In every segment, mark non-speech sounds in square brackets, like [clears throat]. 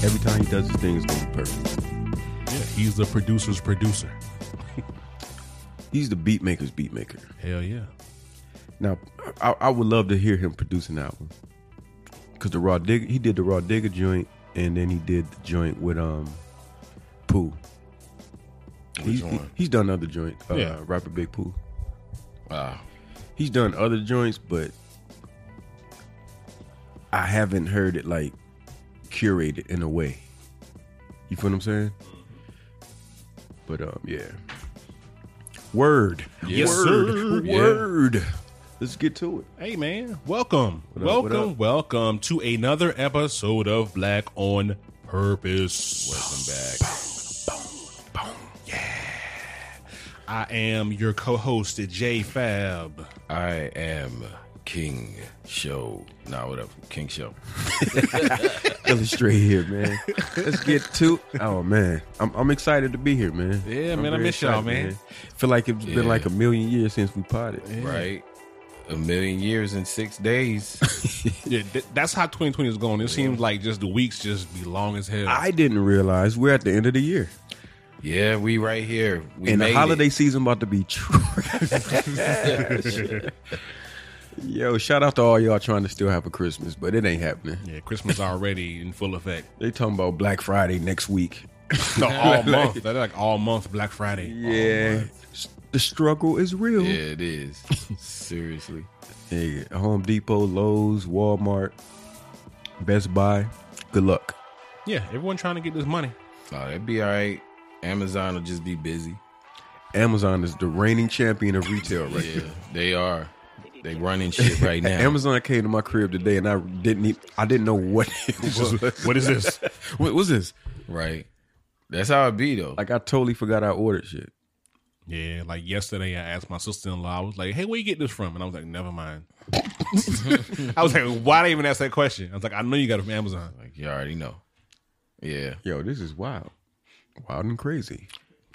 Every time he does his thing, it's gonna be perfect. Yeah, he's the producer's producer. He's the beat maker's beat maker. Hell yeah. Now, I, I would love to hear him produce an album because the raw digger he did the raw digger joint, and then he did the joint with um, Pooh. He's, he- one? he's done other joints. Uh, Yeah. rapper Big Pooh. Wow. He's done other joints, but I haven't heard it like curated in a way. You feel what I'm saying? But um, yeah. Word. Yes, Word. sir. Yeah. Word. Let's get to it. Hey man, welcome, What up, welcome, what up? welcome to another episode of Black on Purpose. Welcome back. I am your co-host J Fab. I am King Show. Nah, whatever. King Show. Illustrate here, man. Let's get to. Oh man, I'm, I'm excited to be here, man. Yeah, I'm man, I very miss y'all, excited, man. Feel like it's Yeah. been like a million years since we potted. Right? A million years and [laughs] six days. Yeah, th- that's how 2020 is going. It seems like just the weeks just be long as hell. I didn't realize we're at the end of the year, yeah, we right here. We and made the it. holiday season about to be true. Yo, shout out to all y'all trying to still have a Christmas, but it ain't happening. yeah, Christmas already in full effect. [laughs] They talking about Black Friday next week. No, all [laughs] month. That's like all month Black Friday. Yeah, Oh, the struggle is real. Yeah, it is. [laughs] Seriously. Nigga, Home Depot, Lowe's, Walmart, Best Buy. Good luck. Yeah, everyone trying to get this money. Oh, that'd be all right. Amazon will just be busy. Amazon is the reigning champion of retail right Yeah, [laughs] they are. They running shit right now. now. Amazon came to my crib today and I didn't even, I didn't know what [laughs] it was. What is this? what was this? Right. That's how it be though. Like I totally forgot I ordered shit. Yeah, like yesterday, I asked my sister in law. I was like, "Hey, where you get this from?" And I was like, "Never [laughs] mind." I was like, "Why did I even ask that question?" I was like, "I know you got it from Amazon." Like, you already know. Yeah. Yo, this is wild. Wild and crazy.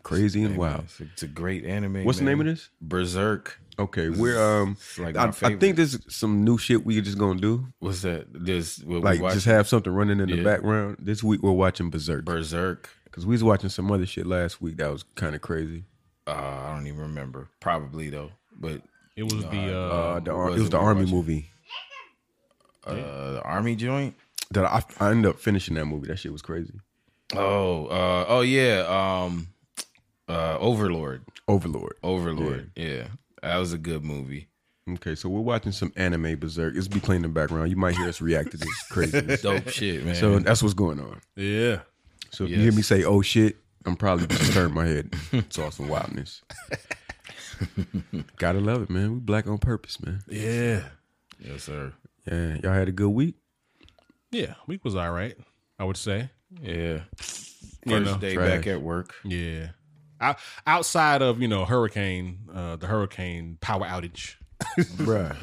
Crazy and Wow. wild. It's, it's a great anime. What's the man. name of this? Berserk. Okay, we're um It's like I, my I favorite. think this is some new shit we're just gonna do. What's that? This what Like we watch just have something running in the Yeah. background. This week we're watching Berserk. Berserk. Because we was watching some other shit last week that was kind of crazy. Uh, I don't even remember. Probably though. But It was the uh, Uh, the ar- was it was it the we army watching? movie uh the army joint. that I, I ended up finishing that movie. That shit was crazy. Oh, uh oh yeah. Um uh Overlord. Overlord. Overlord. Yeah. That was a good movie. Okay, so we're watching some anime Berserk. It's be playing in the background. You might hear us react to this craziness. [laughs] [laughs] Dope shit, man. so that's what's going on. yeah. So if you hear me say "oh shit," I'm probably just turn my head. Saw some wildness. [laughs] Gotta love it, man. We black on purpose, man. Yeah, yes, sir. Yeah, y'all had a good week. yeah. Week was all right, I would say. Yeah. First You know. day Trash. back at work. Yeah, I, outside of you know hurricane, uh, the hurricane power outage. Bruh.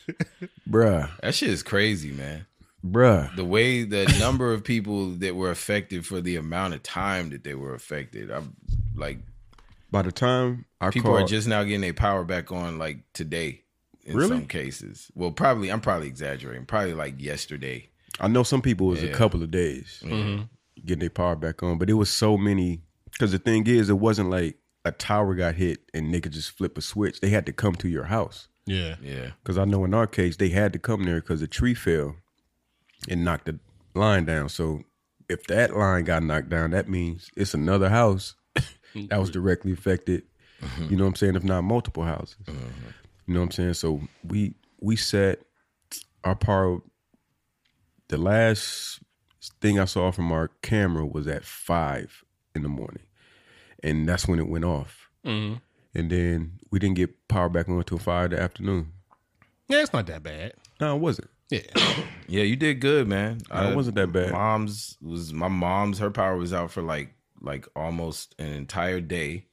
[laughs] Bruh. That shit is crazy, man. Bruh. the [laughs] way the number of people that were affected for the amount of time that they were affected i'm like By the time I people called, are just now getting their power back on like today in Really? some cases well probably i'm probably exaggerating probably like yesterday I know some people it was a Yeah. Mm-hmm. couple of days getting their power back on, but it was so many. Because the thing is, it wasn't like a tower got hit and they could just flip a switch. They had to come to your house. Yeah, yeah Because I know in our case, they had to come there because a tree fell and knocked the line down. So if that line got knocked down, that means it's another house that was directly affected. You know what I'm saying? If not multiple houses. You know what I'm saying? So we we set our power. The last thing I saw from our camera was at five in the morning, and that's when it went off. Mm-hmm. Mhm. And then we didn't get power back on until five in the afternoon. yeah. It's not that bad. No, it wasn't. Yeah. [coughs] Yeah, you did good, man. No, it wasn't that bad. Mom's was my mom's. Her power was out for like like almost an entire day,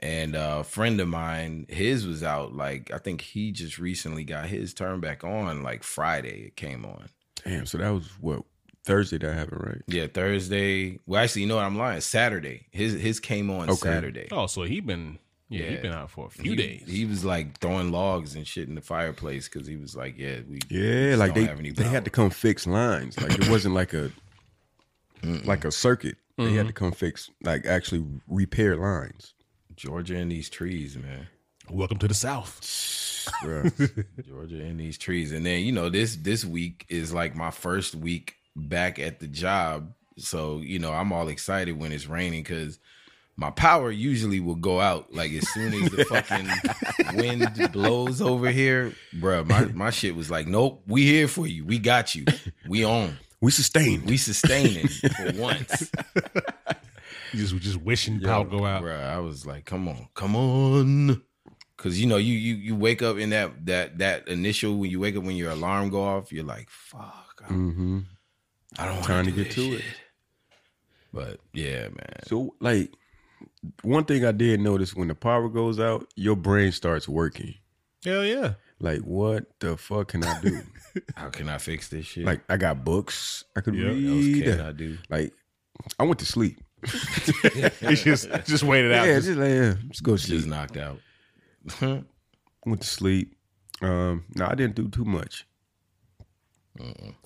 and uh, a friend of mine, his was out. Like I think he just recently got his turn back on. Like Friday, it came on. Damn, so that was what Thursday that happened, right? Yeah, Thursday. Well, actually, you know what? I'm lying. Saturday. His his came on Okay. Saturday. Oh, so he been yeah, he Yeah. been out for a few He- days. He was like throwing logs and shit in the fireplace because he was like, "Yeah, we we Yeah, just like don't they have any they power. had to come fix lines. Like it wasn't like a like a circuit. They had to come fix like actually repair lines. Georgia in these trees, man." Welcome to the South. Bruh. Georgia in these trees. And then, you know, this this week is like my first week back at the job. So, you know, I'm all excited when it's raining because my power usually will go out like as soon as the fucking wind blows over here. Bruh, my, my shit was like, Nope, we here for you. We got you. We on. [laughs] we sustained. We sustaining for once. You just just wishing power go Uh, out. Bruh, I was like, come on, come on. Cause you know, you you you wake up in that that that initial when you wake up when your alarm go off, you're like, fuck, I hmm I don't Time to wanna do get this to it. shit. But yeah, man. So like one thing I did notice when the power goes out, your brain starts working. Hell yeah. Like what the fuck can I do? How can I fix this shit? like I got books I could Yeah, that what else read. can [laughs] I do? [laughs] Like I went to sleep. [laughs] It's just just waited out. yeah, Just- just like yeah, just go to sleep. She's knocked out. [laughs] Mm-mm. went to sleep. Um, no, I didn't do too much.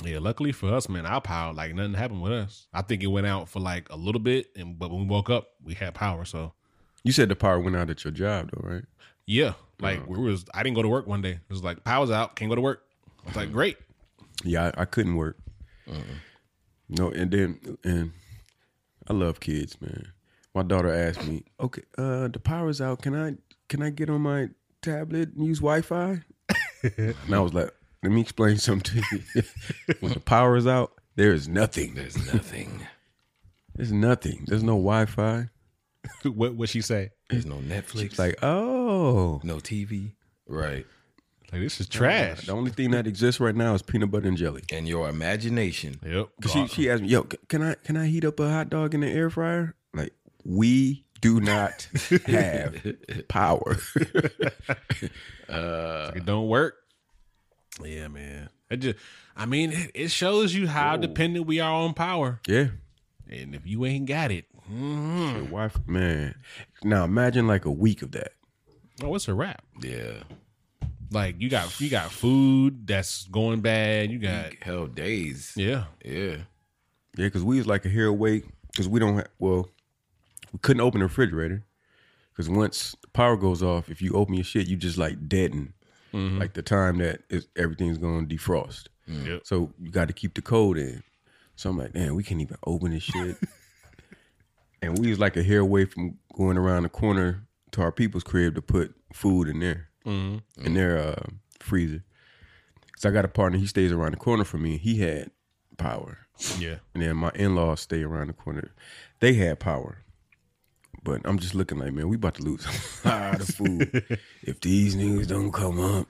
yeah, luckily for us, man, our power, like nothing happened with us. I think it went out for like a little bit and but when we woke up, we had power. So You said the power went out at your job though, right? yeah. Mm. Like we was I didn't go to work one day. It was like power's out, can't go to work. I was Mm. like, great. Yeah, I, I couldn't work. No, and then and I love kids, man. My daughter asked me, "Okay, uh, the power's out. Can I can I get on my tablet and use Wi-Fi?" and I was like, "Let me explain something to you. [laughs] when the power is out, there is nothing. There's nothing. There's nothing. There's no Wi-Fi." what what she say? There's no Netflix. It's like, "Oh, no TV. Right. Like this is trash. the only thing that exists right now is peanut butter and jelly." And your imagination. Yep. 'Cause she she asked me, "Yo, c- can I can I heat up a hot dog in the air fryer?" Like we do not have power. it don't work. Yeah, man. It just, I mean, it, it shows you how dependent we are on power. yeah, And if you ain't got it, mm, your wife, man. Now imagine like a week of that. oh, it's a wrap. Yeah. Like you got you got food that's going bad. You got Hell days. yeah. Yeah. Yeah, because we was like a hair away because we don't have. Well, we couldn't open the refrigerator because once the power goes off, if you open your shit, you just like deaden like the time that is, everything's going to defrost. Yep. So you got to keep the code in. So I'm like, damn, we can't even open this shit. and we was like a hair away from going around the corner to our people's crib to put food in there Mm-hmm. in their uh, freezer. So I got a partner. He stays around the corner from me. He had power. Yeah. And then my in laws stay around the corner. They had power. But I'm just looking like, man, we about to [laughs] lose a Ah, lot of food [laughs] if these niggas don't come up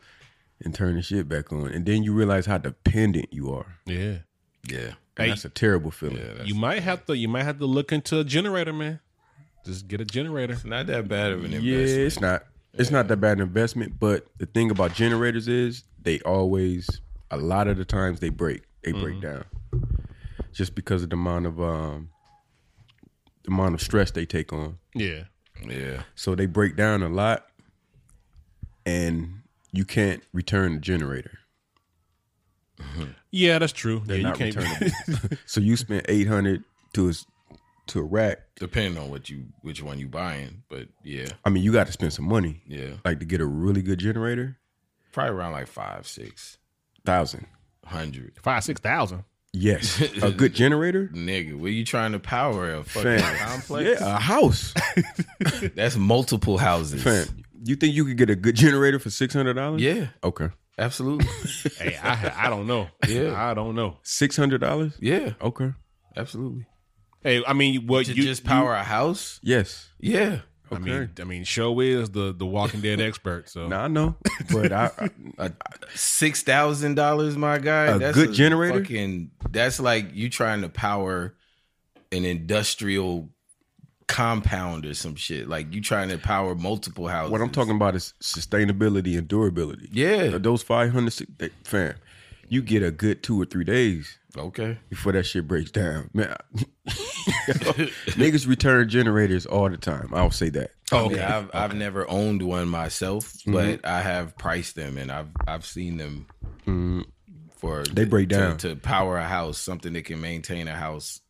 and turn the shit back on. And then you realize how dependent you are. Yeah. Yeah. And Hey. that's a terrible feeling. Yeah. That's You might have to you might have to look into a generator, man. Just get a generator. not that bad of an Yeah, investment. it's not. It's not that bad an investment, but the thing about generators is they always, a lot of the times, they break. They break Mm-hmm. down, just because of the amount of um, the amount of stress they take on. Yeah. Yeah. So they break down a lot, and you can't return the generator. Yeah, that's true. yeah, not you can't. [laughs] returnable. so you spent eight hundred to a s- to a rack. Depending on what you which one you buying, but yeah. I mean, you got to spend some money, Yeah. like to get a really good generator, Probably around like five, six thousand. hundred. Five six thousand. Yes, a good generator. Nigga, were you trying to power a fucking Fam. complex? Yeah, a house. That's multiple houses. Fam, you think you could get a good generator for six hundred dollars? Yeah, Okay. absolutely. hey, I I don't know. Yeah. I don't know. Six hundred dollars? yeah, Okay. absolutely. Hey, I mean, what To you just power a house? Yes. Yeah. I mean, Okay. I mean, show is the the Walking Dead expert. So Now I know, but I, I Six thousand dollars, my guy. A good generator? Fucking, that's like you trying to power an industrial compound or some shit. Like you trying to power multiple houses. what I'm talking about is sustainability and durability. Yeah. those 500 si- they- fam, you get a good two or three days Okay. before that shit breaks down. Man, I- [laughs] niggas return generators all the time. I'll say that. Oh, yeah, I've I've never owned one myself, Mm-hmm. but I have priced them and I've I've seen them for Mm-hmm. They break to- down. to, power a house, something that can maintain a house,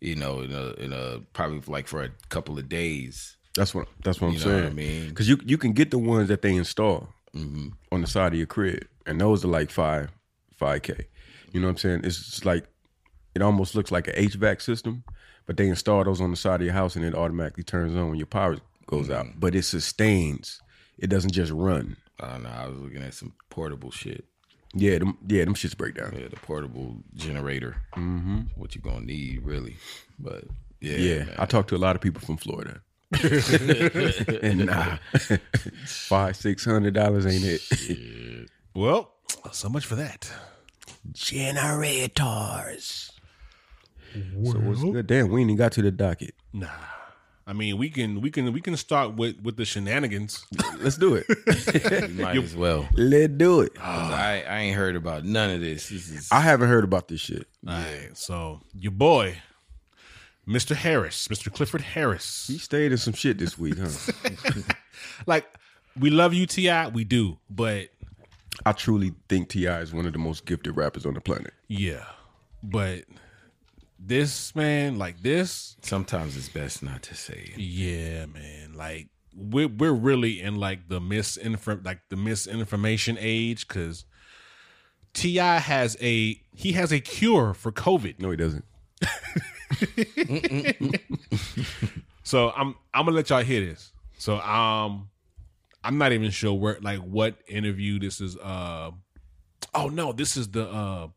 you know, in a in a probably like for a couple of days. That's what that's what I'm You know saying. what I mean? Mm-hmm. Because you you can get the ones that they install on the side of your crib, and those are like five five k. You know what I'm saying? It's just like it almost looks like an HVAC system, but they install those on the side of your house, and it automatically turns on when your power goes Mm. out. But it sustains; it doesn't just run. I don't know. I was looking at some portable shit. Yeah, them, yeah, them shits break down. Yeah, the portable generator. What you gonna need really? But yeah, Mm-hmm. Yeah, man. I talked to a lot of people from [laughs] Florida. and nah, five six hundred dollars ain't it? well, so much for that. Generators. So what's good? Damn, we ain't even got to the docket. I mean, we can we can we can start with with the shenanigans. Let's do [laughs] it. you [laughs] might as well. Let's do it. 'Cause I I ain't heard about none of this. This is Ah. I haven't heard about this shit. All right, so your boy, Mr. Harris, Mr. Clifford Harris. He stayed in some shit this week, huh? like we love you, Ti. We do, but [laughs] I truly think Ti is one of the most gifted rappers on the planet. yeah, but this man, like this, sometimes it's best not to say it. yeah, man, like we're we're really in like the misinform like the misinformation age because Ti has a he has a cure for COVID. No, he doesn't. So I'm I'm gonna let y'all hear this. So um I'm not even sure where like what interview this is uh oh no, this is the uh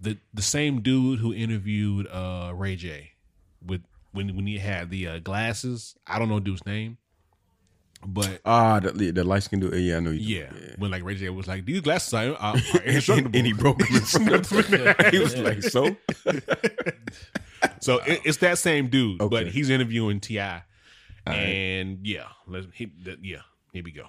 the the same dude who interviewed uh Ray J with when when he had the uh, glasses. I don't know dude's name. But Ah, the, the light skin dude. Yeah, I know you. do. yeah, when like Ray J was like, these glasses are, are, are [laughs] And, indestructible. and he broke him in [laughs] front of the- He was like, so? So it, it's that same dude, but Okay. he's interviewing Ti, and yeah, let's he, th- yeah, here we go.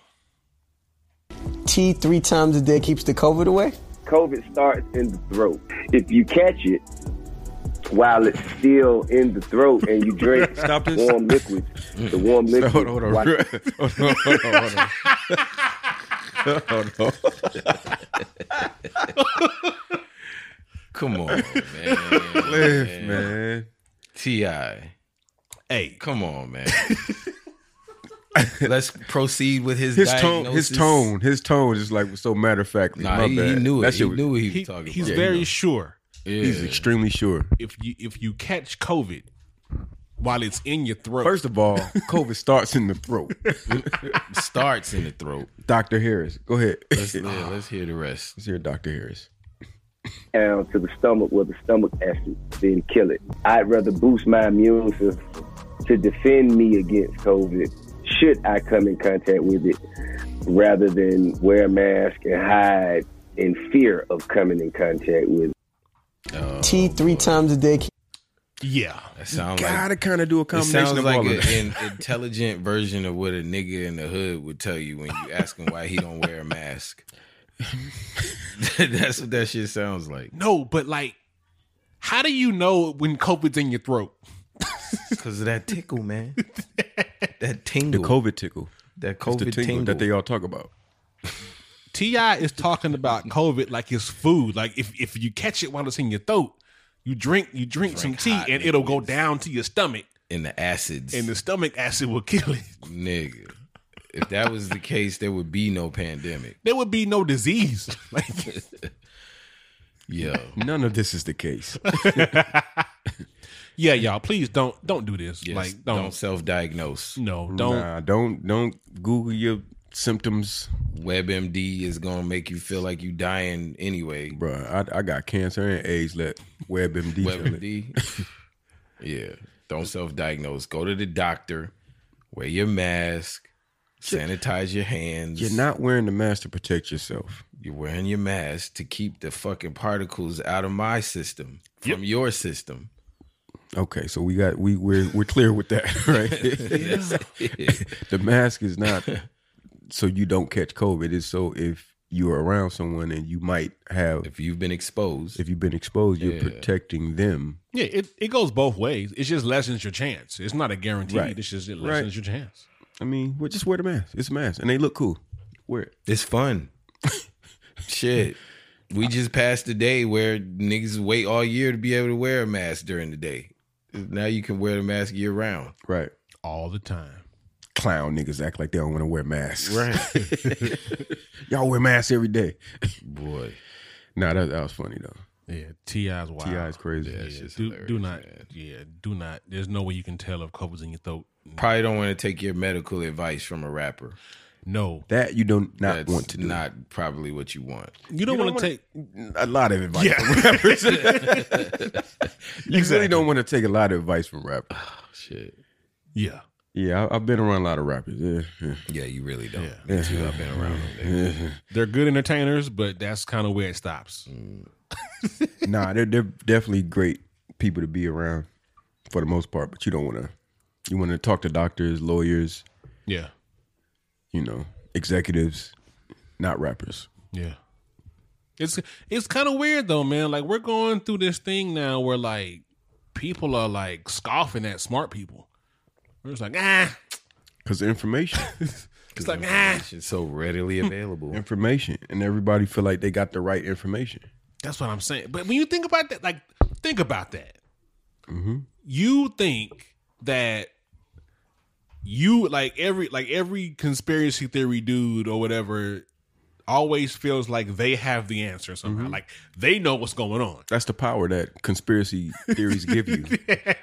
tea three times a day keeps the COVID away? COVID starts in the throat. If you catch it while it's still in the throat and you drink [laughs] Stop this. warm liquid, the [laughs] warm liquid. [laughs] Hold on, hold watch- on. Hold on, [laughs] hold on, hold on. Come on, man. Cliff, man. Ti, Hey, come on, man. Let's proceed with his His tone, diagnosis. his tone, his tone is like so matter of fact. Nah, he, he knew it. he knew what he was he, talking he's about. very sure Yeah. He's extremely sure. if you if you catch COVID while it's in your throat. First of [laughs] all, COVID starts in the throat. [laughs] starts in the throat. Dr. Harris, go ahead. Let's, Let's, yeah, let's hear the rest. hear Dr. Harris. down to the stomach with the stomach acid, then kill it. I'd rather boost my immune system to defend me against COVID should I come in contact with it rather than wear a mask and hide in fear of coming in contact with it. tea three times a day. yeah, That sounds like Gotta kind of do a it combination sounds of like all of a- that. an intelligent version of what a nigga in the hood would tell you when you ask him why he don't wear a mask. [laughs] That's what that shit sounds like. no, but like, how do you know when COVID's in your throat? Because of that tickle, man. That tingle. The COVID tickle. that It's COVID the tingle, that they all talk about. Ti is talking about COVID like it's food. Like if if you catch it while it's in your throat, you drink you drink, some tea hot and it'll go down to your stomach, in the acids. and the stomach acid will [laughs] kill it. nigga. If that was the case, there would be no pandemic. There would be no disease. [laughs] Like [laughs] Yo. None of this is the [laughs] case. yeah, y'all, please don't don't do this. Yes, like don't, don't, self-diagnose. no don't. Nah, don't don't Google your symptoms, WebMD is gonna make you feel like you dying anyway. bro. I, I got cancer and AIDS. Let WebMD. tell it. [laughs] WebMD. yeah. Don't self-diagnose. Go to the doctor. Wear your mask. Sanitize your hands. You're not wearing the mask to protect yourself. You're wearing your mask to keep the fucking particles out of my system from Yep. your system. Okay, so we got we we're we're clear with that, [laughs] right? the mask is not so you don't catch COVID. It's so if you're around someone and you might have if you've been exposed, if you've been exposed, you're Yeah. protecting them. Yeah, it, it goes both ways. It just lessens your chance. It's not a guarantee. Right. It's just it lessens your chance. I mean, well, just wear the mask. It's a mask, and they look cool. Wear it. [laughs] it's fun. Shit. We just passed the day where niggas wait all year to be able to wear a mask during the day. Now you can wear the mask year round. Right. All the time. Clown niggas act like they don't want to wear masks. Y'all wear masks every day. [laughs] Boy. Nah, that, that was funny though. Yeah, T.I.'s wild. Ti is crazy. Yeah, do, do not. Yeah, do not. There's no way you can tell if COVID's in your throat. Probably don't want to take your medical advice from a rapper. No, That you don't not That's want to do. not probably what you want. you don't want to take. a lot of advice from rappers. you really don't want to take a lot of advice from rappers. Shit. [laughs] Yeah, Yeah, I, I've been around a lot of rappers. Yeah, Yeah, you really don't. Yeah. Me too. I've been around them. yeah, yeah. they're good entertainers, but that's kind of where it stops. [laughs] Mm. nah, they're they're definitely great people to be around for the most part. But you don't want to. You want to talk to doctors, lawyers, Yeah, you know, executives, not rappers. yeah. It's it's kind of weird though, man. Like we're going through this thing now where like people are like scoffing at smart people. We're just like ah, Because [laughs] information, it's like ah. It's so readily Hmm. available. information, and everybody feel like they got the right information. That's what I'm saying. But when you think about that, like, think about that. Mm-hmm. You think that you like every like every conspiracy theory dude or whatever always feels like they have the answer somehow. Like they know what's going on. That's the power that conspiracy theories give [laughs] you.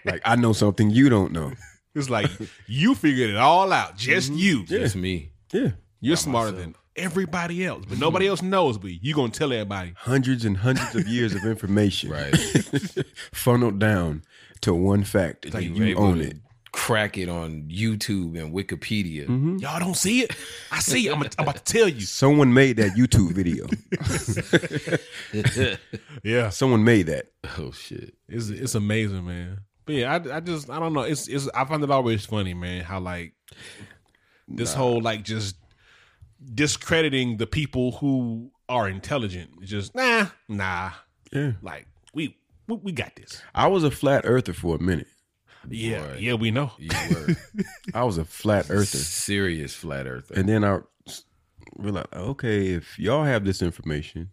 Like I know something you don't know. It's like [laughs] you figured it all out, just you. Just me. Yeah, Mm-hmm. You're smarter than Mm-hmm. everybody else, but nobody else knows. But you gonna tell everybody. hundreds and hundreds of years [laughs] of information Right. funneled down to one fact. Like You you, able own to it. Crack it on YouTube and Wikipedia. Y'all don't see it. I see. It. I'm, I'm about to tell you. Someone made that YouTube [laughs] video. Mm-hmm. Yeah. Someone made that. [laughs] Oh shit. It's it's amazing, man. But yeah, I, I just I don't know. It's it's I find it always funny, man. How like this whole like just discrediting the people who are intelligent. It's just nah, nah. Yeah. Like we we, we got this. I was a flat earther for a minute. Yeah, Boy. yeah, we know. You were I was a flat earther. serious flat earther. And then I realized, okay, if y'all have this information,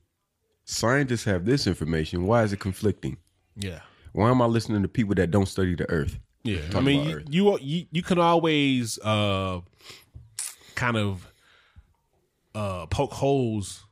scientists have this information, why is it conflicting? Yeah, Why am I listening to people that don't study the earth? yeah. I mean, you, you you you can always uh kind of uh poke holes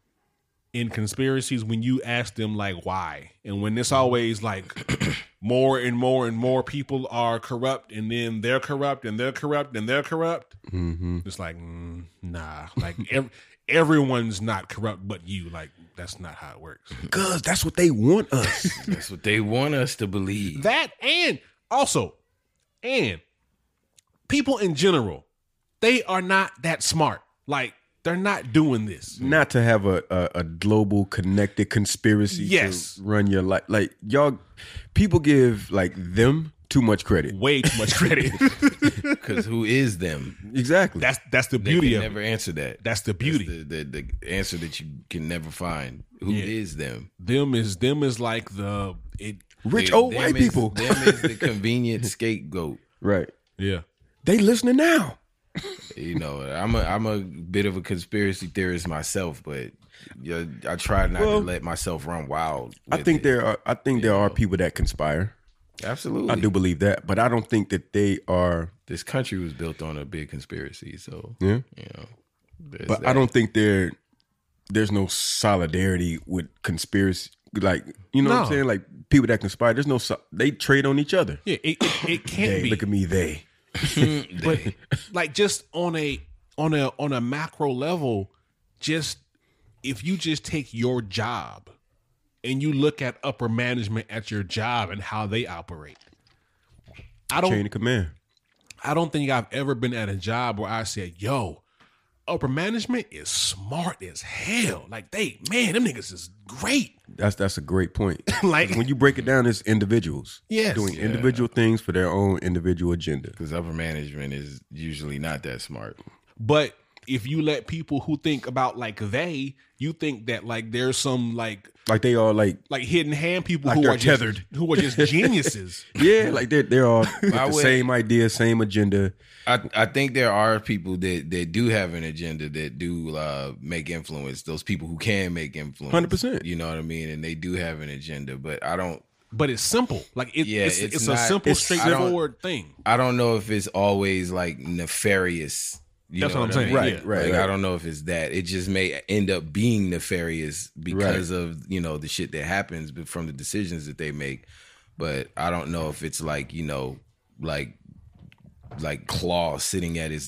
in conspiracies when you ask them like why and when it's always like [clears throat] more and more and more people are corrupt and then they're corrupt and they're corrupt and they're corrupt it's like mm, nah like ev- everyone's not corrupt but you like that's not how it works Because that's what they want [laughs] us. That's what they want us to believe. that and also and people in general they are not that smart like they're not doing this not to have a, a, a global connected conspiracy Yes. to run your life. Like y'all, people give like them too much credit. way too much credit Because who is them? Exactly. that's that's the They beauty can of never it answer that. that's the That's beauty the, the, the answer that you can never find. Who is Yeah. them? them is them is like the it Rich They- old them white is- people. Them is the convenient scapegoat. [laughs] right. yeah They listening now. You know, I'm a I'm a bit of a conspiracy theorist myself, but you know, I try not Well, to let myself run wild. I with think it. there are. I think there are people that conspire. absolutely. I do believe that, but I don't think that they are. This country was built on a big conspiracy, so Yeah. you know. there's But I that. don't think they're. There's no solidarity with conspiracy. Like you know what I'm No. saying. Like people that conspire. There's no. so- They trade on each other. yeah it, it, it can't They be look at me. They. but like just on a on a on a macro level just if you just take your job and you look at upper management at your job and how they operate i Chain don't of command. I don't think I've ever been at a job where I said, yo, upper management is smart as hell. Like they, man, them niggas is great. That's that's a great point. Like- when you break it down, it's individuals Yes. doing individual things for their own individual agenda. Because upper management is usually not that smart. But if you let people who think about like they, you think that like there's some like Like they all like like hidden hand people Like who they're are tethered. just who are [laughs] just geniuses. yeah, like they're they're all with the would- same idea, same agenda. I, I think there are people that, that do have an agenda that do uh, make influence. Those people who can make influence, 100%. You know what I mean? And they do have an agenda, but I don't. but it's simple. Like it, Yeah, it's, it's, it's a not- simple, it's- I don't- straightforward thing. I don't know if it's always like nefarious. You That's know what I'm I saying, mean? Right, yeah. right, Like, right. I don't know if it's that. It just may end up being nefarious because of you know the shit that happens but from the decisions that they make. But I don't know if it's like you know like like Claw sitting at his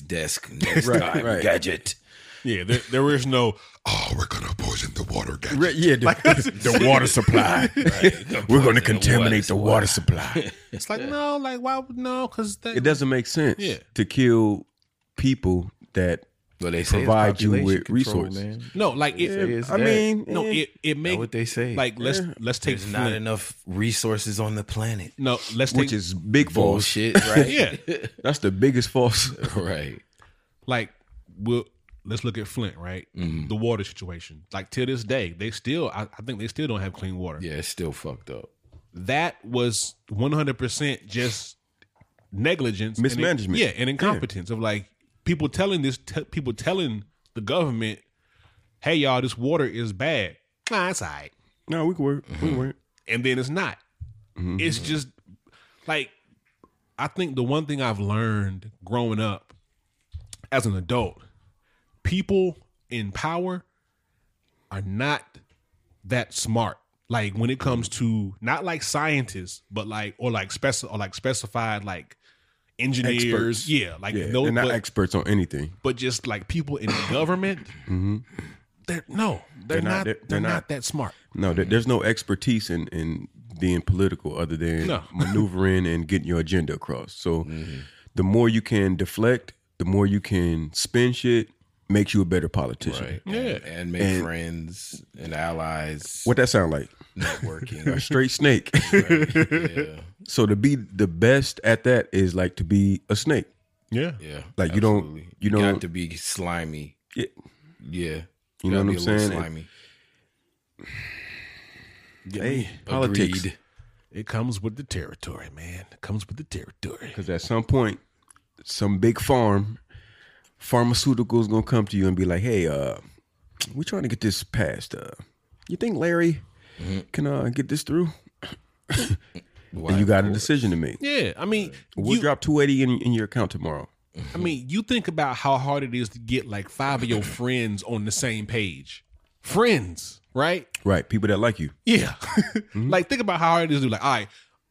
[laughs] desk next Right, time right. gadget. Yeah, there, there is no. Oh, we're gonna poison the water, guys. Re- yeah, the, the water supply. We're going to contaminate the water supply. It's like no, like why would no? Because It doesn't make sense Yeah. to kill people that. Well, they say it's Provide you population with control, resources. Man. no, like it, it's I that. mean, no, eh, it it That's make what they say. like let's let's take there's not Flint. enough resources on the planet. No, let's take which is big false. Bullshit, [laughs] right? yeah. That's the biggest false. right. like we'll let's look at Flint, right? The water situation. Like till this day, they still I, I think they still don't have clean water. Yeah, it's still fucked up. That was one hundred percent just negligence, and- Mismanagement. yeah, and incompetence of like people telling this te- people telling the government, "Hey, y'all, this water is bad." Nah, it's all right. [laughs] No, we can work. We can work. and then it's not. Mm-hmm. It's just like I think the one thing I've learned growing up as an adult, people in power are not that smart. Like when it comes to not like scientists, but like or like speci- or like specified like engineers, Experts. yeah, like Yeah, no, they're not but, experts on anything. but just like people in government, they're no, Mm-hmm. they're, They're not- not, they're- they're, they're not, not. that smart. No, there, there's no expertise in in being political other than No. maneuvering and getting your agenda across. So, the more you can deflect, the more you can spin shit, makes you a better politician. Right. Yeah. And, and make And- friends and allies, What that sound like? [laughs] A networking. straight snake. yeah. so to be the best at that is like to be a snake. Yeah, Yeah. Like, you don't- you don't- got to be slimy. Yeah. Yeah. You know what gotta be I'm a little saying? Slimy. Hey, politics. Agreed. It comes with the territory, man. It comes with the territory. Because at some point, some big farm pharmaceuticals gonna come to you and be like, "Hey, uh, we're trying to get this passed. Uh, you think Larry can uh, get this through?" and you got a decision to make. Yeah, I mean, We'll you, drop two eighty in, in your account tomorrow. I mean, you think about how hard it is to get like five of [clears throat] your friends on the same page, friends, right? Right, people that like you. Yeah, [laughs] like think about how hard it is to like, all right,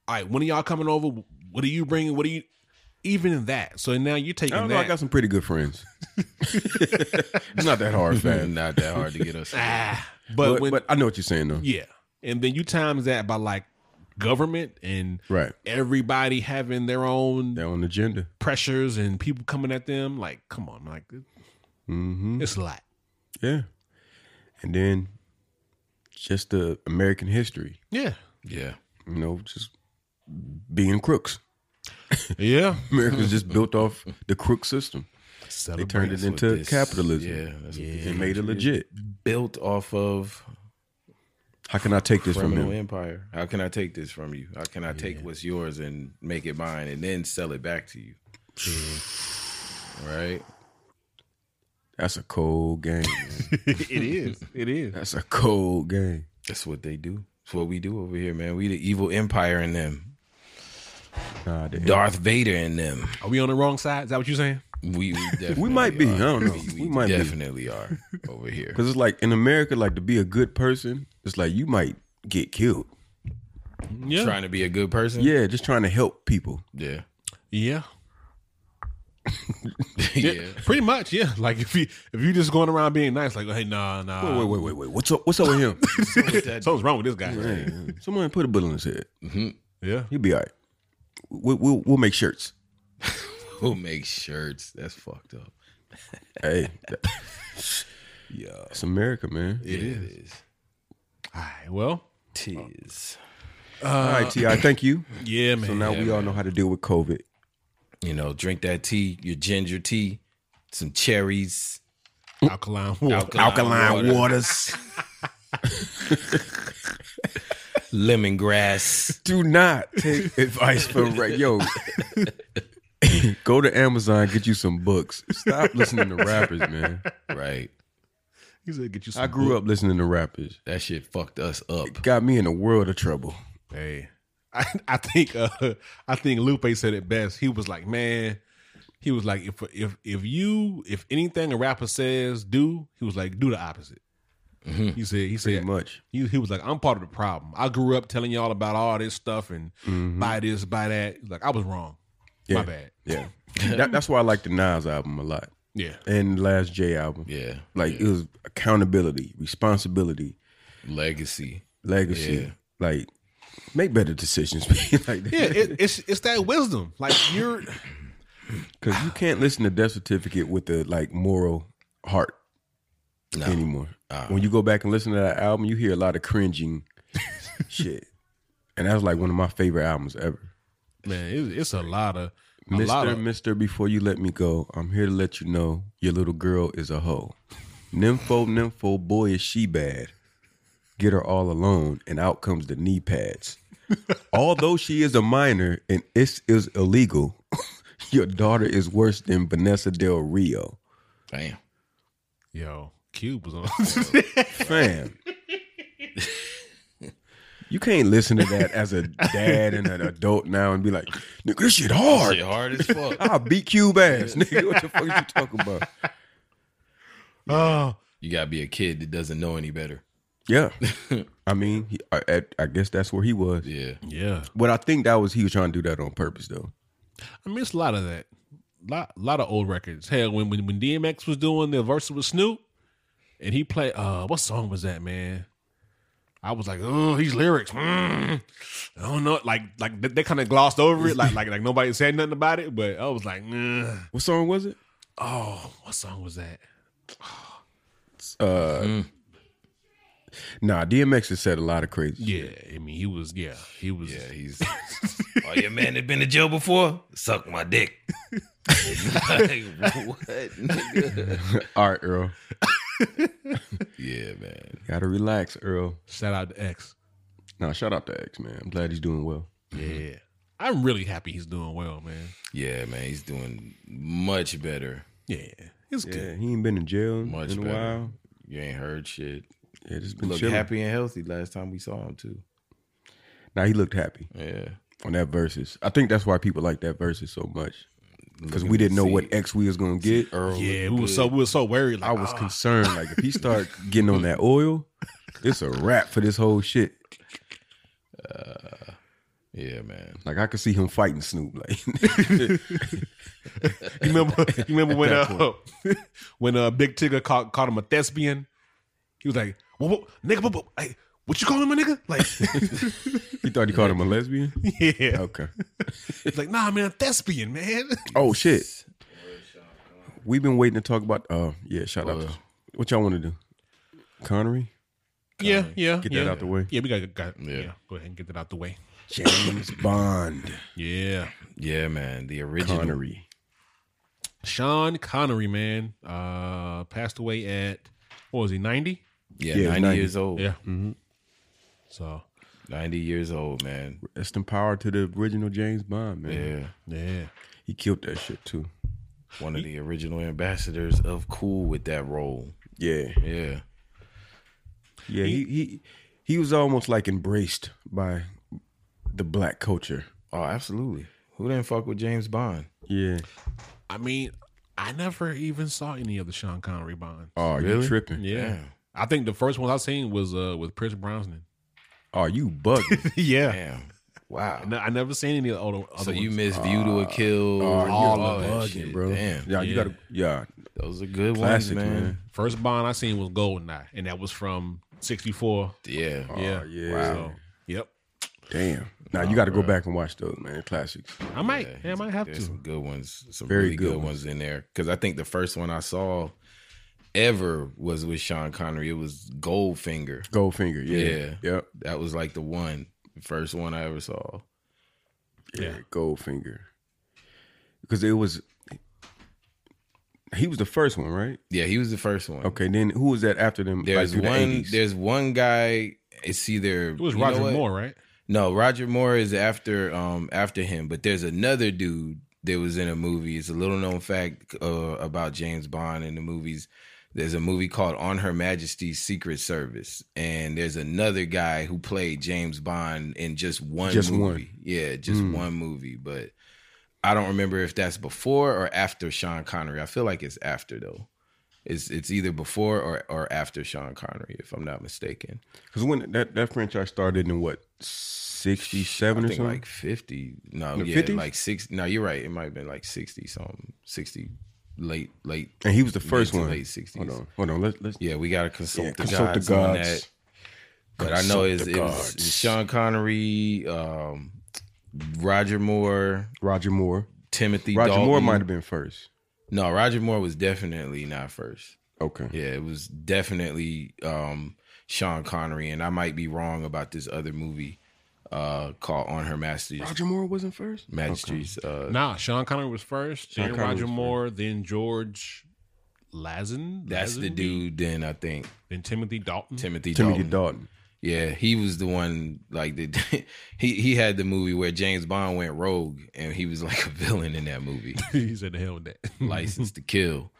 all right, when are y'all coming over? What are you bringing? What are you? Even that. So now you're taking I don't that. know. I got some pretty good friends. [laughs] it's not that [laughs] hard, fam. Not that hard to [laughs] get us. ah, but, But, when but I know what you're saying though. yeah, and then you times that by like government and Right, everybody having their own they're on the agenda. pressures and people coming at them. Like, come on, like Mm-hmm. it's a lot. Yeah, and then just the American history. Yeah, Yeah. you know, just being crooks. yeah. Americans [laughs] just built off the crook system. They turned it That's what into this- capitalism. Yeah. That's what this And made it country is legit. Built off of How can I take this from criminal them? empire. How can I take this from you? How can I take what's yours and make it mine and then sell it back to you? Mm-hmm. Right? That's a cold game. [laughs] man. [laughs] it is. It is. That's a cold game. That's what they do. That's what we do over here, man. We the evil empire in them. Nah, the- Darth Vader in them. Are we on the wrong side? Is that what you're saying? [laughs] We we, definitely might be. are. I don't know. We, We might be. definitely are over here. [laughs] Cause it's like in America, like to be a good person, it's like you might get killed. Yeah. Trying to be a good person. Yeah, just trying to help people. Yeah. [laughs] Yeah. yeah. [laughs] Pretty much. Yeah. Like if you if you just going around being nice, like hey, nah, nah. Wait, wait, wait, wait, wait. What's up? What's up with [laughs] him? Something's wrong with this guy. Man, someone put a bullet in his head. Yeah. He'll be all right. We, we'll we'll make shirts. Who makes shirts? That's fucked up. Hey, that- [laughs] Yeah, it's America, man. it is. All right. Well, Tis. All right, Ti, thank [laughs] you. yeah, man. So now we all know how to deal with COVID. You know, drink that tea, your ginger tea, some cherries, alkaline water. water, waters. lemongrass. Do not [laughs] take advice from Ray. Yo, [laughs] go to Amazon, get you some books. Stop listening to rappers, man. Right. [laughs] He said, "Get you." Some I grew up listening to rappers. That shit fucked us up. Got me in a world of trouble. Hey, I, I think uh, I think Lupe said it best. He was like, "Man," he was like, "If if if you if anything a rapper says do," he was like, "Do the opposite." Mm-hmm. He said, "He Pretty said much. he, he was like, I'm part of the problem. I grew up telling y'all about all this stuff and buy this, buy that. He's Like I was wrong. My Mm-hmm. Yeah. bad. [laughs] Yeah. That, that's why I like the Nas album a lot Yeah, and the last J album. Yeah. Like it was accountability, responsibility, Legacy. legacy. Yeah. Like make better decisions. [laughs] man. like yeah. It, it's it's that wisdom. Like you're Because you can't listen to death certificate with the like moral heart anymore. when you go back and listen to that album, you hear a lot of cringing shit, and that was like one of my favorite albums ever. man. It's, it's a lot of a lot Mister, of Mister, before you let me go, I'm here to let you know your little girl is a hoe. Nympho, nympho, boy is she bad. Get her all alone, and out comes the knee [laughs] pads. Although she is a minor and it is illegal, [laughs] your daughter is worse than Vanessa Del Rio. Damn. yo. Cube was on. [laughs] Fam. You can't listen to that as a dad and an adult now and be like, nigga, this shit hard. Shit hard [laughs] as fuck. I'll beat Cube ass, nigga. What the fuck you talking about? oh, you gotta be a kid that doesn't know any better. Yeah. I mean, he, I, I, I guess that's where he was. Yeah. [laughs] yeah. But I think that was, he was trying to do that on purpose, though. I mean, it's a lot of that. Lot, lot of old records. Hell, when, when when DMX was doing the verse with Snoop, and he played, uh, what song was that, man? I was like, oh, these lyrics. mm, I don't know, like like they, kind of glossed over it, like like like nobody said nothing about it. But I was like, "Ugh." What song was it? oh, what song was that? Nah, DMX has said a lot of crazy shit. Yeah, I mean, he was, yeah, he was. Yeah, he's Oh your man had been to jail before? Suck my dick. like, what? nigga? All right, Earl. yeah, man. Gotta relax, Earl. Shout out to X. Nah, shout out to X, man. I'm glad he's doing well. Yeah, I'm really happy he's doing well, man. Yeah, man. He's doing much better. Yeah, it's Yeah, good. he ain't been in jail Much in a better. while. You ain't heard shit. Yeah, just been Looked chilling. happy and healthy last time we saw him too. Now he looked happy. Yeah. on that versus. I think that's why people like that versus so much because Looking we to didn't know see what X we was gonna get. Earl Yeah, we looked were good. so we were so worried. Like, I was "Ah." concerned like if he start getting on that oil, it's a wrap for this whole shit. Yeah, man. Like I could see him fighting Snoop. Like [laughs] You remember? You remember when uh, [laughs] when uh, Big Tigger called, called him a thespian? He was like, "Whoa, whoa, nigga, whoa, whoa, hey, what you call him a nigga?" [laughs] Like, [laughs] he thought he called him a [laughs] lesbian. yeah, Okay. it's like, "Nah, man, a thespian, man." [laughs] Oh shit. We've been waiting to talk about. Uh, yeah. Shout out. to- What y'all want to do? Connery. yeah, yeah, Get yeah. that out the way. Yeah, we got, got yeah. Yeah. Go ahead and get that out the way. James Bond. Yeah, Yeah, man. The original Connery. Sean Connery, man, uh, passed away at what was he ninety? Yeah, Yeah, 90, 90. years old. Yeah. Mm-hmm. So 90 years old, man. Rest in power to the original James Bond, man. Yeah. yeah, He killed that shit too. One of the original ambassadors of cool with that role. Yeah. Yeah. Yeah, he, he he was almost like embraced by the black culture. Oh, absolutely. Who didn't fuck with James Bond? Yeah. I mean, I never even saw any of the Sean Connery Bond. Oh, you Really? tripping? Yeah. Damn. I think the first one I seen was uh with Pierce Brosnan. Oh, you bugging? yeah. Damn. [laughs] Wow. No, I never seen any of the older. Other So you ones. missed View to a Kill, oh, you all, are that bugging, shit, bro. Damn. Yeah, you Yeah. gotta. Yeah, Those are good classic ones, man. man. first Bond I seen was Goldeneye, and that was from '64. Oh, Yeah. yeah, yeah. So, yep. Damn. Now you got to go back and watch those, man. Classics. I might. Yeah, I might have There's some to. good ones, some Very really good, good ones in there. Because I think the first one I saw ever was with Sean Connery. It was Goldfinger. Goldfinger. Yeah. Yep. That was like the one, the first one I ever saw. Yeah. Yeah. Goldfinger. Because it was. He was the first one, right? Yeah, he was the first one. Okay. Then who was that after them? There's like, through one. The 80s? There's one guy. It's either It was you know Roger what? Moore, right? No, Roger Moore is after um after him, but there's another dude that was in a movie. It's a little known fact uh, about James Bond in the movies. There's a movie called On Her Majesty's Secret Service, and there's another guy who played James Bond in just one Just movie. one. Yeah, just one movie, but I don't remember if that's before or after Sean Connery. I feel like it's after though. It's it's either before or or after Sean Connery, if I'm not mistaken. Because when that, that franchise started in what, 67 I or think something? like 50. No, The yeah, 50s? like 60. No, you're right. It might have been like 60 something. 60 late late. and he was the first mid to one. late 60s. Hold on. Hold on. Let's, let's, Yeah, we got to consult, Yeah, the, consult the gods on gods. that. But I know Consult it's, the it was gods. Sean Connery, um, Roger Moore, Roger Moore. Timothy Roger Dalton. Moore might have been first. No, Roger Moore was definitely not first. Okay. Yeah, it was definitely um, Sean Connery. And I might be wrong about this other movie uh, called On Her Majesty's. Roger Moore wasn't first? Majesty's uh, Nah, Sean Connery was first, Sean then Connery Roger was Moore, then George Lazen. That's the Lazenby, dude. Then I think Then Timothy Dalton. Timothy. Timothy Dalton. Dalton. Yeah, he was the one. Like the [laughs] he he had the movie where James Bond went rogue, and he was like a villain in that movie, [laughs] he said the hell with that. License to Kill.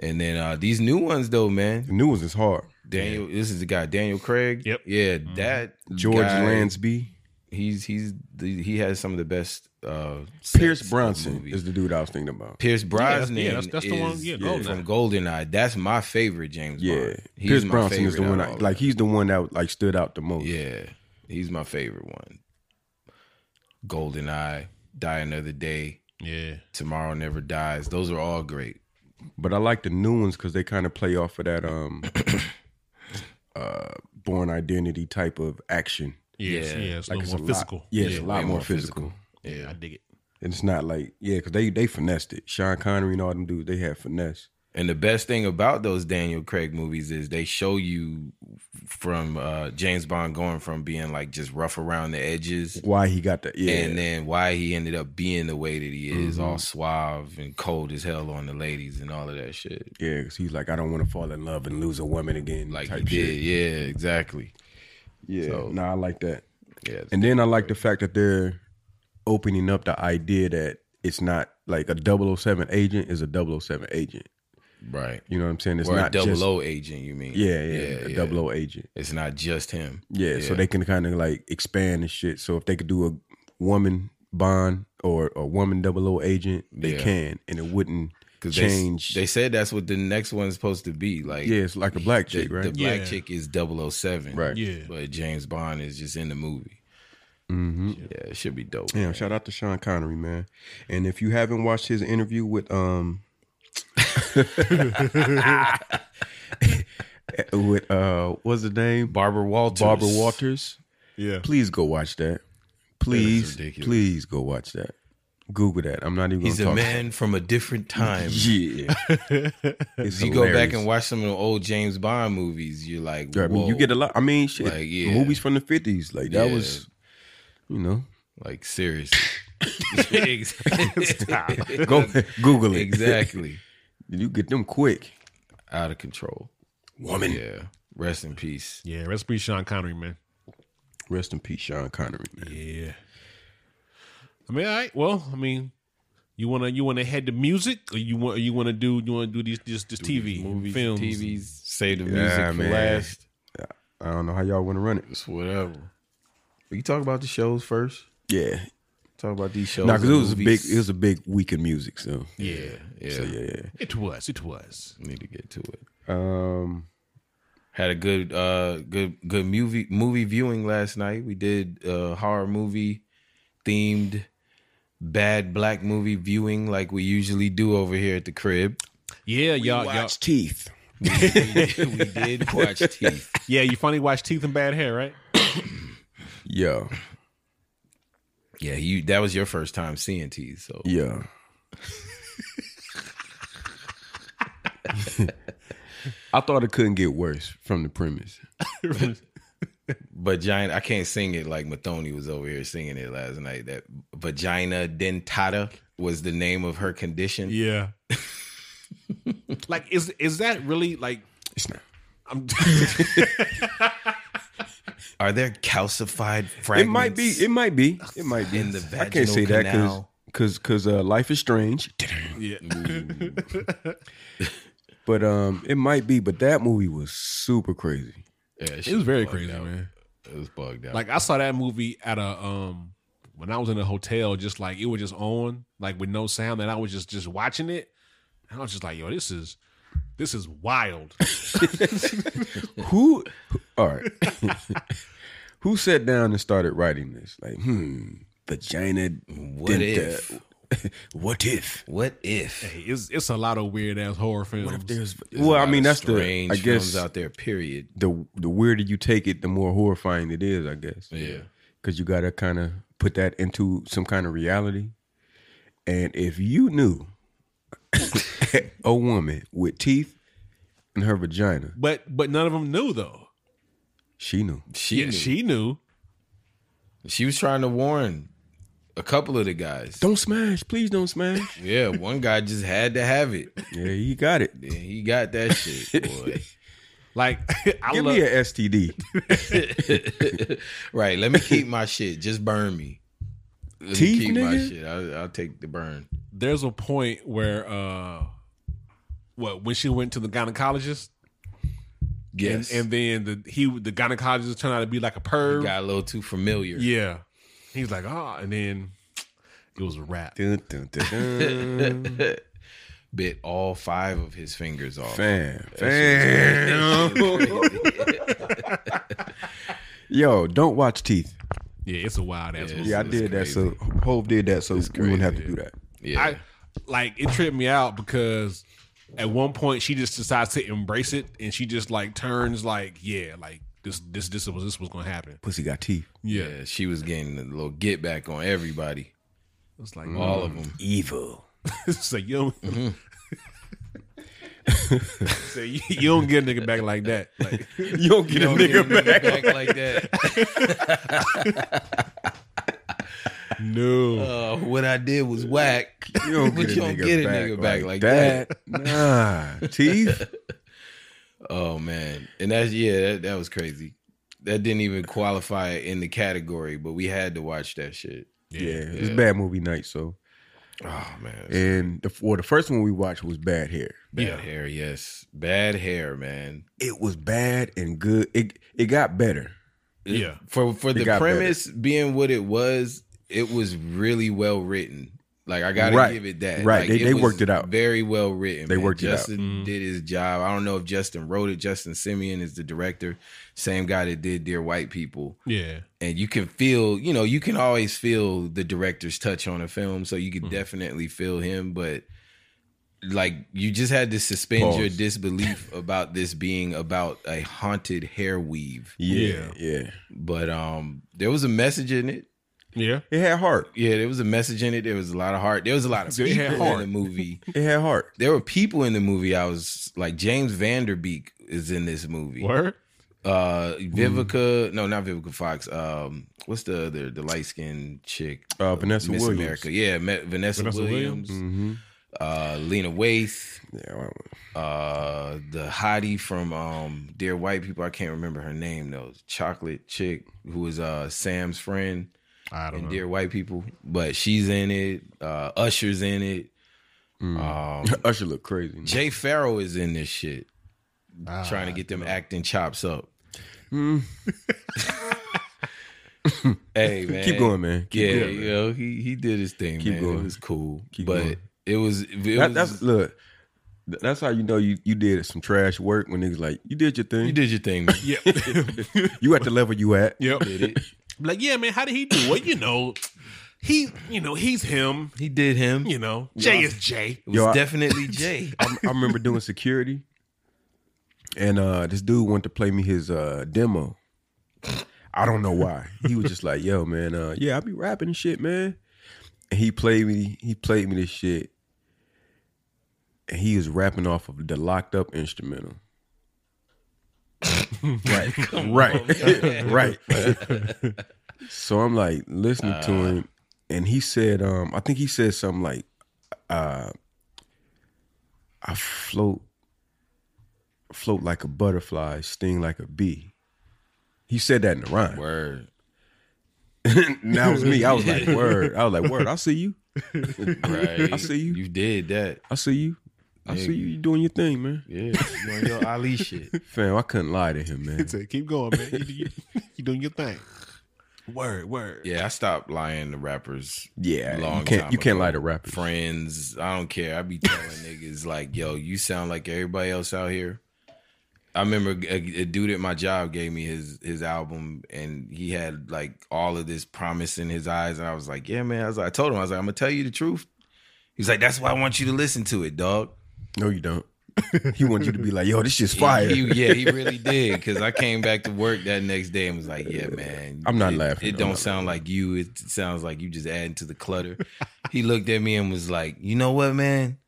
And then uh these new ones though, man. The new ones is hard. Daniel, this is the guy Daniel Craig. Yep. Yeah, that George guy, Lansby. He's he's the, he has some of the best. uh sets Pierce of Bronson movies. is the dude I was thinking about. Pierce Brosnan yeah, [laughs] that's- that's is the one- yeah, Goldeneye. from Goldeneye. That's my favorite James Yeah. Bond. He's Pierce my Bronson is the favorite one out of I, all of like he's the one that like stood out the most. Yeah, he's my favorite one. Golden Eye, Die Another Day, yeah. Tomorrow Never Dies. Those are all great. But I like the new ones because they kind of play off of that um [coughs] uh born identity type of action. Yeah, it's- Yeah, yeah, it's a Like little it's more a physical. Lot, yeah, it's a Yeah, lot way more, more physical. physical. yeah, I dig it. And it's not like, yeah, because they they finessed it. Sean Connery and all them dudes, they had finesse. And the best thing about those Daniel Craig movies is they show you from uh, James Bond going from being like just rough around the edges. Why he got the yeah. Mm-hmm. And then why he ended up being the way that he is, all suave and cold as hell on the ladies and all of that shit. Yeah, because he's like, I don't want to fall in love and lose a woman again. Like type he did. shit. Yeah, exactly. Yeah. So- nah, I like that. Yeah. And then I like the fact that they're opening up the idea that it's not like a 007 agent is a 007 agent. right. You know what I'm saying? It's or a not double oh. just O agent, you mean? yeah, yeah, a double O agent. It's not just him. Yeah, so they can kind of like expand and shit. So if they could do a woman Bond or a woman double O agent, they Yeah. can, and it wouldn't 'Cause they- change. They, said that's what the next one's supposed to be. Like yeah, it's like a black the, chick, right? the black Yeah. chick is 007. Right. Yeah. But James Bond is just in the movie. hmm Yeah, it should be dope. Yeah, shout out to Sean Connery, man. And if you haven't watched his interview with um [laughs] with uh what's the name? Barbara Walters. Barbara Walters. Yeah. Please go watch that. Please, ridiculous. please go watch that. Google that. I'm not even. He's gonna a talk man from a different time. [laughs] [laughs] Yeah. it's You go back hilarious. and watch some of the old James Bond movies, you're like, Yeah, I mean, you whoa. get a lot. I mean, shit, Like, yeah. movies from the fifties, like that Yeah. was, you know, [laughs] like seriously. [laughs] exactly. go [laughs] Google it. exactly. [laughs] you get them quick. Out of control. Woman, Yeah. Rest in peace. Yeah, rest in peace, Sean Connery, man. rest in peace, Sean Connery. Man. Yeah. I mean, all right. Well, I mean, you wanna you wanna head to music, or you want you wanna do you wanna do these this, this TV Movies, films? TVs, save the music Yeah, for man. last. I don't know how y'all want to run it. It's whatever. We can talk about the shows first. Yeah, Talk about these shows. nah, because it and was a big, movies. it was a big week in music. So Yeah, yeah. so yeah. it was it was. Need to get to it. Um, Had a good, uh, good, good movie movie viewing last night. We did a horror movie themed bad black movie viewing like we usually do over here at the crib. Yeah, y'all, y'all. watch teeth. [laughs] we did watch Teeth. [laughs] Yeah, you finally watched Teeth and Bad Hair, right? Yo, Yeah, you that was your first time seeing teas, so Yeah. [laughs] I thought it couldn't get worse from the premise. But giant I can't sing it like Mathoni was over here singing it last night. That vagina dentata was the name of her condition. [laughs] Yeah. like is is that really like It's not. I'm [laughs] Are there calcified fragments? It might be. It might be. It might be. In the I can't say vaginal that because canal. because because uh, life is strange. yeah. But um, it might be. But that movie was super crazy. Yeah, that It shit was very bugged crazy, out. man. It was bugged out. Like I saw that movie at a um when I was in a hotel, just like it was just on, like with no sound, and I was just just watching it. And I was just like, yo, this is this is wild. Who? who- All right. [laughs] who sat down and started writing this? Like, hmm, vagina. what denta- if? [laughs] What if? What if? Hey, it's it's a lot of weird ass horror films. What if there's? A well, I lot mean, of that's the. strange I guess films out there. Period. the the weirder you take it, the more horrifying it is. I guess. Yeah. because you got to kind of put that into some kind of reality. And if you knew [laughs] a woman with teeth in her vagina, but but none of them knew though. she knew. She Yeah, knew. she knew. She was trying to warn a couple of the guys. Don't smash, please don't [laughs] smash. Yeah, one guy just had to have it. yeah, you got it. Yeah, he got that [laughs] shit, boy. Like [laughs] I Give love me an STD. [laughs] right, let me keep my shit. Just burn me. Let me Teeth, keep my nigga? shit. I'll, I'll take the burn. there's a point where uh what when she went to the gynecologist Yes. and, and then the he the gynecologist turned out to be like a perv. got a little too familiar. Yeah. He was like, ah, and then it was a wrap. Dun, dun, [laughs] dun, dun. Bit all five of his fingers off. Fam, fam. Yo, don't watch teeth. Yeah, it's a wild ass. movie. Yeah, I It's did that. So crazy. Hove did that. So we wouldn't have to do that. [laughs] Yeah. I like it tripped me out because at one point she just decides to embrace it and she just like turns like, yeah, like this this this was this was gonna happen. Pussy got teeth. Yeah. yeah, she was getting a little get back on everybody, It's like all Mm. of them. Evil. [laughs] it's like you don't [laughs] So you, you don't get a nigga back like that. Like, [laughs] You don't get a nigga back. like that. [laughs] no. Uh, what I did was whack. You don't But get, a, you don't nigga get a back nigga back like like that. [laughs] Nah, teeth. Oh man, and that's yeah, that, that was crazy. That didn't even qualify in the category, but we had to watch that shit. Yeah, it's bad movie night. So, Oh man, and the well, the first one we watched was Bad Hair. bad Yeah. hair, yes, bad hair, man. It was bad and good. It it got better. Yeah. For for the got premise being what it was, it was really well written. Like I gotta Right. give it that. Right. Like, They- they was worked it out. Very well written. They worked it out. Justin Mm-hmm. did his job. I don't know if Justin wrote it. Justin Simeon is the director. Same guy that did Dear White People. Yeah. and you can feel you know you can always feel the director's touch on a film so you can definitely feel him but like you just had to suspend Pause. your disbelief about this being about a haunted hair weave Yeah, yeah. but um there was a message in it Yeah. It had heart. yeah there was a message in it there was a lot of heart there was a lot of It had people in heart. the movie It had heart. there were people in the movie i was like james vanderbeek is in this movie Word? uh Vivica, no, not Vivica Fox. Um, what's the other the light skinned chick? Uh, Vanessa Miss Williams. America, yeah, Ma- Vanessa, Vanessa Williams, Mhm. uh, Lena Waithe, Yeah, well, uh, the hottie from um Dear White People. I can't remember her name though. Chocolate chick who was uh Sam's friend I don't in know. Dear White People, but she's in it. Uh, Usher's in it. Um, Usher looked crazy. Jay Farrow is in this shit, Ah, trying to get them acting chops up. Hmm. [laughs] hey man, Keep going, man. Keep yeah, going, man. you know he he did his thing. Keep man. going. It was cool, Keep but going. it was it That, was that's look. th- That's how you know you, you did some trash work when niggas like you did your thing. you You, did. did [laughs] your thing. Man. Yeah. [laughs] you at the level you at. [laughs] yep. Did it. I'm like, yeah, man, how did he do? Well, you know, he, you know, he's him. He did him. You know, Jay is [laughs] Jay. It was Yo, I- [laughs] definitely Jay. I, I remember doing security, and uh, this dude wanted to play me his uh, demo. I don't know why. He was just like, "Yo, man, uh, yeah, I be rapping and shit, man." And he played me. He played me this shit, and he was rapping off of the locked up [laughs] instrumental. [laughs] right, right, right. so I'm like listening to Uh. him, and he said, um, I think he said something like, uh, "I float, float like a butterfly, sting like a bee." He said that in the rhyme. Word. And that was me. I was [laughs] like, word. I was like, word. I see you. [laughs] Right. I see you. You did that. I see you. I see you. You doing your thing, man. Yeah. You on your [laughs] Ali shit. Fam, I couldn't lie to him, man. Say, keep going, man. You, you- you doing your thing. Word, word. Yeah, I stopped lying to rappers. Yeah, Long you can't. time You can't ago. lie to rappers. friends. I don't care. I be telling niggas like, yo, you sound like everybody else out here. I remember a, a dude at my job gave me his his album, and he had like all of this promise in his eyes, and I was like, yeah, man. I was like, I told him, I was like, I'm gonna tell you the truth. He was like, that's why I want you to listen to it, dog. No, you don't. He wants you to be like, yo, this shit's fire. [laughs] He, yeah, [laughs] he really did. Because I came back to work that next day and was like, "Yeah, man, I'm not it- laughing. It I'm don't not sound like you. It sounds like you just adding to [laughs] the clutter." he looked at me and was like, "You know what, man?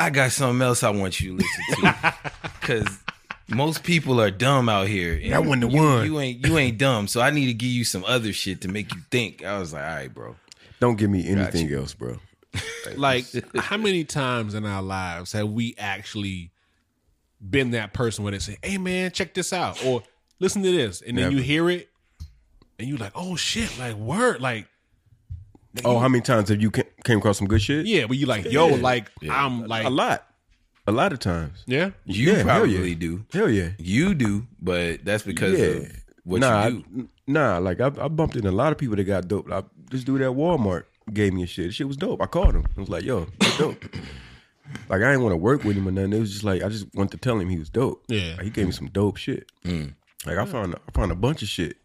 I got something else I want you to listen to [laughs] because most people are dumb out here. And That wasn't the you, one. You ain't you ain't dumb. So I need to give you some other shit to make you think." I was like, "All right, bro." Don't give me anything else, bro. Like, how many times in our lives have we actually been that person where they say, "Hey, man, check this out," or "Listen to this," and then you Never. hear it, and you like, "Oh shit!" Like, word, like, Oh, how many times have you ca- came across some good shit? yeah, but you like, yo, like, I'm like, a lot, a lot of times. yeah, You Yeah, hell probably yeah. do. Hell yeah, You do, but that's because yeah. of what nah, you do. I, nah. Like I, I bumped into a lot of people that got dope. I, this dude at Walmart gave me a shit. This shit was dope. I called him. I was like, yo, that's dope. like I didn't want to work with him or nothing. It was just like I just wanted to tell him he was dope. Yeah. Like, he gave me some dope shit. Like I found I found a bunch of shit,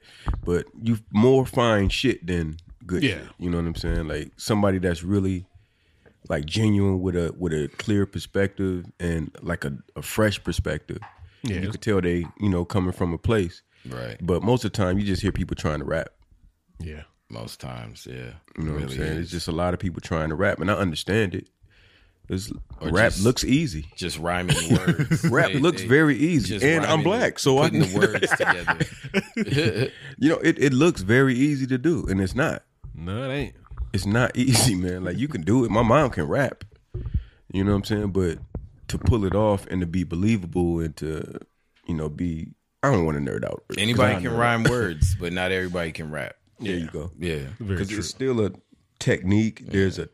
but you more find shit than good. Yeah. shit. you know what I'm saying. Like somebody that's really like genuine with a with a clear perspective and like a, a fresh perspective. Yeah. you could tell they you know coming from a place. Right. But most of the time, you just hear people trying to rap. yeah, Most times, yeah. You know what I'm saying? It's just a lot of people trying to rap, and I understand it. It's, Or rap just- looks easy. [laughs] just rhyming words. Rap They- looks they very easy, just and I'm rhyming, black, so I putting [laughs] can. the words together. You know, it, it looks very easy to do, and it's not. no, it ain't. It's not [laughs] easy, man. Like you can do it. My mom can rap. You know what I'm saying? But to pull it off and to be believable and to, you know, be I don't want to nerd out. 'cause I Anybody can nerd rhyme words, but not everybody can rap. out. There you go. Yeah, because it's still a technique. There's a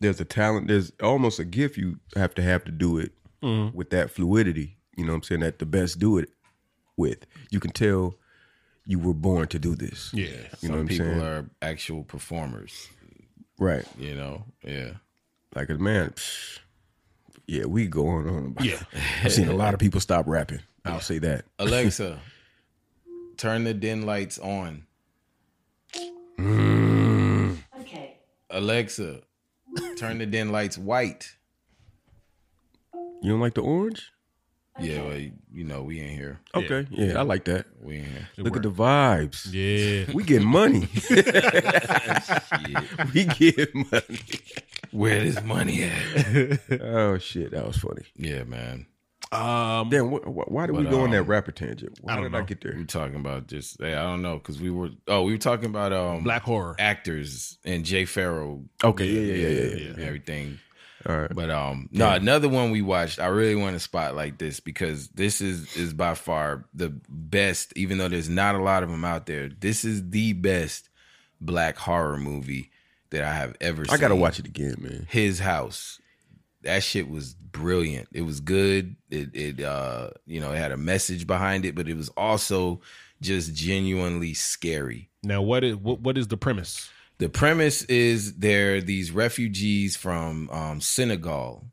there's a talent. There's almost a gift you have to have to do it Mm-hmm. with that fluidity. You know what I'm saying? That the best do it with. You can tell you were born to do this. Yeah, You know some what I'm people saying? are actual performers. Right. You know, yeah. Like man, psh, yeah, we go on and on about yeah, I've seen a lot of people stop rapping. I'll say that. Alexa, turn the den lights on. Okay. Alexa, turn the den lights white. You don't like the orange? Yeah, well, you know, we in here. Okay. Yeah, I like that. We in here. Look at the vibes. yeah. We get [laughs] money. [laughs] we get money. Where this money at? Oh shit, that was funny. [laughs] yeah, man. Um, Damn, wh- wh- why did we But, go on that um, rapper tangent? Why I don't did I know. get We there? talking about just hey, I don't know because we were oh we were talking about um black horror. actors and Jay Farrell. Okay, yeah, yeah, yeah, yeah. yeah. and everything. All right. But um, no, another one we watched. I really want to spotlight this because this is is by far the best. Even though there's not a lot of them out there, this is the best black horror movie that I have ever. seen. I gotta watch it again, man. His House. That shit was brilliant. It was good. It it uh you know it had a message behind it, but it was also just genuinely scary. Now, what is what, what is the premise? The premise is they're these refugees from um, Senegal.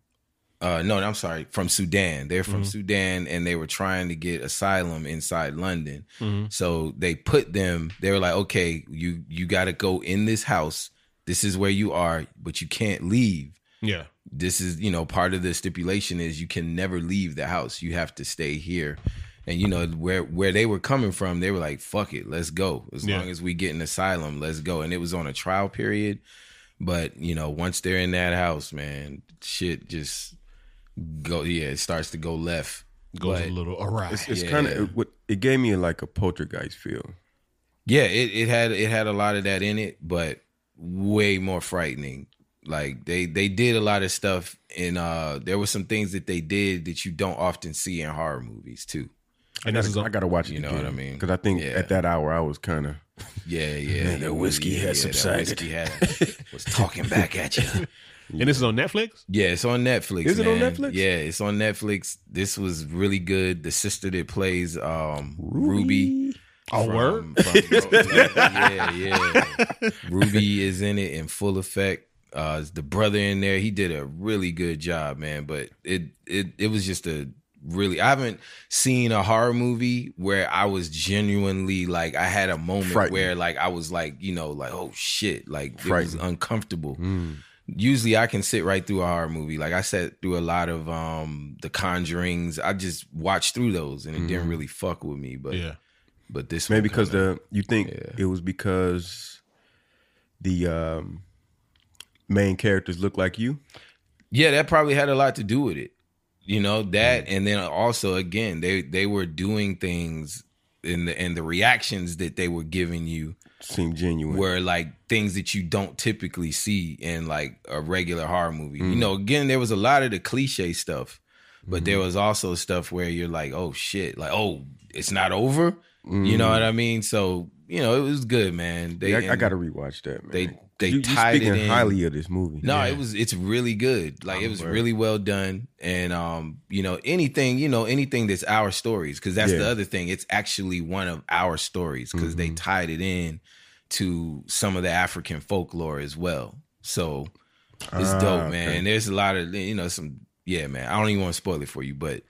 Uh, no, I'm sorry, from Sudan. They're from Sudan and they were trying to get asylum inside London. So they put them, they were like, okay, you, you got to go in this house. This is where you are, but you can't leave. Yeah, This is, you know, part of the stipulation is you can never leave the house. You have to stay here. And you know where where they were coming from, they were like, "Fuck it, let's go. As Yeah. long as we get an asylum, let's go." And it was on a trial period, but you know, once they're in that house, man, shit just go. Yeah, it starts to go left. Goes But- a little awry. It's, it's Yeah. kind of it, it gave me like a poltergeist feel. Yeah, it, it had it had a lot of that in it, but way more frightening. Like they they did a lot of stuff and uh there were some things that they did that you don't often see in horror movies too. and this is I gotta watch it. You know what I mean? Because I think Yeah. at that hour I was kind of Yeah, yeah. Man, that whiskey yeah, had yeah, that subsided. whiskey [laughs] had- was talking back at you. and this is on Netflix. Yeah, it's on Netflix. Is it on man. Netflix? Yeah, it's on Netflix. This was really good. The sister that plays um Ruby Oh, from- word. from- [laughs] yeah, yeah. Ruby is in it in full effect. Uh, the brother in there, he did a really good job, man. But it it it was just a really. I haven't seen a horror movie where I was genuinely like I had a moment Frightened. where like I was like you know like oh shit like it was Frightened. Mm. uncomfortable. Usually I can sit right through a horror movie. Like I sat through a lot of um The Conjurings. I just watched through those and it didn't really fuck with me. But Yeah. but this Mm. one maybe because kinda- the you think Yeah. it was because the um, main characters look like you. yeah that probably had a lot to do with it you know that Mm. and then also again they they were doing things and the and the reactions that they were giving you Seem genuine. were like things that you don't typically see in like a regular horror movie Mm. you know again there was a lot of the cliche stuff but there Mm-hmm. was also stuff where you're like oh shit like oh it's not over you know what i mean so you know it was good man Mm. they Yeah, I, I and- gotta rewatch that. Man. they- they you, you tied it speaking in. highly of this movie. No, Yeah. it was it's really good. Like it was word. really well done, and um, you know anything, you know anything that's our stories, because that's the Yeah. Mm-hmm. other thing. It's actually one of our stories because they tied it in to some of the African folklore as well. So it's Ah, dope, man. okay. And there's a lot of you know some yeah, man. I don't even want to spoil it for you, but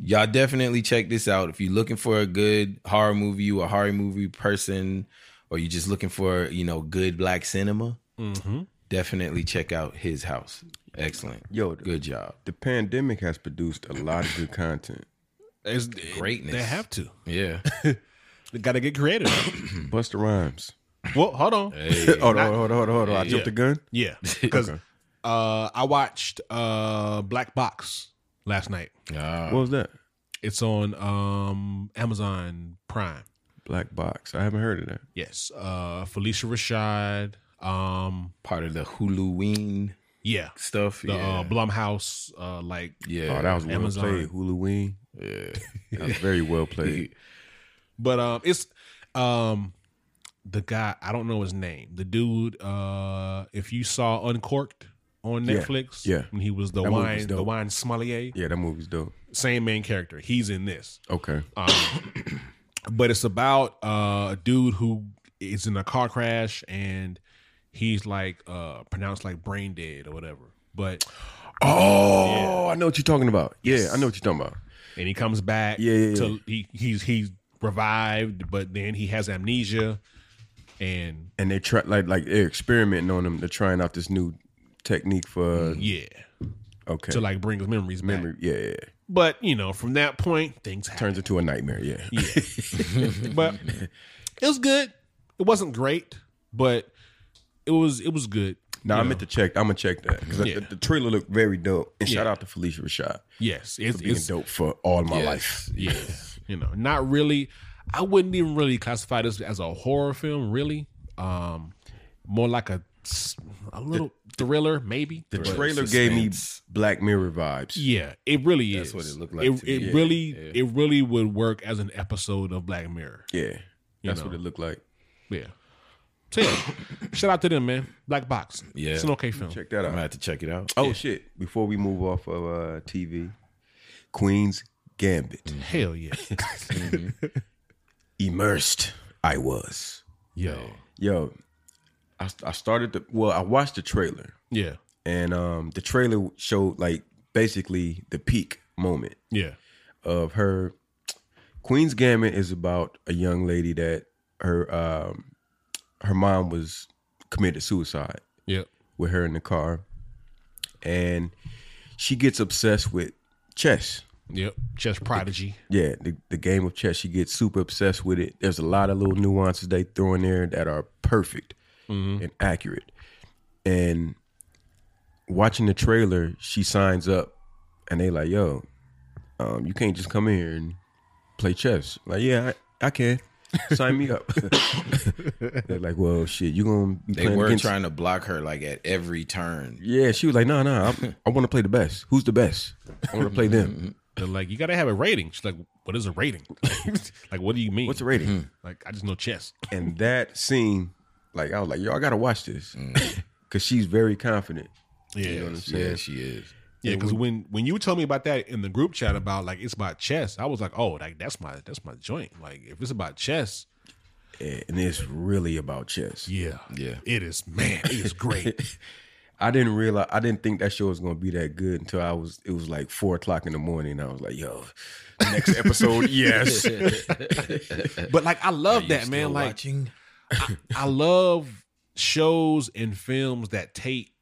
y'all definitely check this out if you're looking for a good horror movie. You a horror movie person, or you just looking for you know good black cinema Mm-hmm. definitely check out his house. Excellent. yo. The, Good job. the pandemic has produced a lot of good content. It's, Greatness. They have to. Yeah. They got to get creative. Mm. Buster Rhymes. [coughs] well, hold on. Uh, hold [laughs] on, hold on, hold on, hold on. I Yeah. jumped the gun. Yeah, because uh, I watched uh, Black Box last night. what was that? It's on um, Amazon Prime. Black Box. I haven't heard of that. Yes, uh, Felicia Rashad. Um, Part of the Huluween yeah, stuff. the yeah. uh, Blumhouse. Uh, like yeah. Oh, that was well Amazon. played. Huluween. Yeah, that was very [laughs] well played. But um, it's um, the guy I don't know his name. The dude. Uh, if you saw Uncorked on Yeah, Netflix, yeah. and he was the That movie was wine, the dope. wine sommelier. Yeah, that movie's dope. Uh, Same main character. He's in this. Okay. but it's about uh, a dude who is in a car crash and he's like uh, pronounced like brain dead or whatever. But Oh, I know what you're talking about. Yeah, I know what you're talking about. and he comes back. Yeah, yeah, yeah. To, he he's he's revived, but then he has amnesia, and And they try like like they're experimenting on them. They're trying out this new technique for yeah, okay to like bring his memories back. memory. Yeah, yeah, yeah. But you know, from that point, things happen. turns into a nightmare. Yeah, [laughs] but it was good. It wasn't great, but it was it was good. Now you I'm know. at the check. I'm gonna check that because Yeah. the, the trailer looked very dope. And shout Yeah. out to Felicia Rashad yes, for it's, being it's dope for all my life. yeah, you know, not really. I wouldn't even really classify this as a horror film, really. Um, more like a s- a little thriller, maybe. The But- trailer gave me suspense. Black Mirror vibes. yeah, it really That's is. what it looked like It, to me. it Yeah, really, it really would work as an episode of Black Mirror. Yeah, that's know. what it looked like. Yeah. So yeah, shout out to them, man. Black Box. Yeah. it's an okay film. Check that I'm gonna out. have to check it out. Oh shit! Before we move off of uh, TV, Queen's Gambit. Hell [laughs] yeah, Immersed, I was. yo, Yo, I, I started the well. I watched the trailer, yeah, and um, the trailer showed like basically the peak moment yeah, of her Queen's Gambit is about a young lady that her um her mom was committed suicide yeah, with her in the car and she gets obsessed with chess Yep. Chess prodigy. Yeah, the, the game of chess, you get super obsessed with it. There's a lot of little nuances they throw in there that are perfect Mm-hmm. and accurate. And watching the trailer, she signs up and they like, yo, um, you can't just come in here and play chess. Like, yeah, I, I can. Sign [laughs] me up. They're like, well, shit, you gonna be They playing were against- trying to block her like at every turn. Yeah, she was like, no, no, I, I want to play the best. Who's the best? I want to play [laughs] them. They're like, you gotta have a rating. She's like, what is a rating? [laughs] like, what do you mean? What's the rating? like, I just know [laughs] chess. and that scene, like I was like, yo, I gotta watch this Mm. [laughs] because she's very confident. Yeah. You know what I'm saying? Yeah, she is. Yeah, because when when you told me about that in the group chat about like it's about chess, I was like, oh, like that's my that's my joint. Like if it's about chess, Yeah, and it's really about chess. yeah, Yeah. it is. Man, it is [laughs] great. I didn't realize, I didn't think that show was gonna be that good until I was. It was like four o'clock in the morning. And I was like, yo, next [laughs] episode, yes. but like, I love that man. Still Like, watching? I love shows and films that take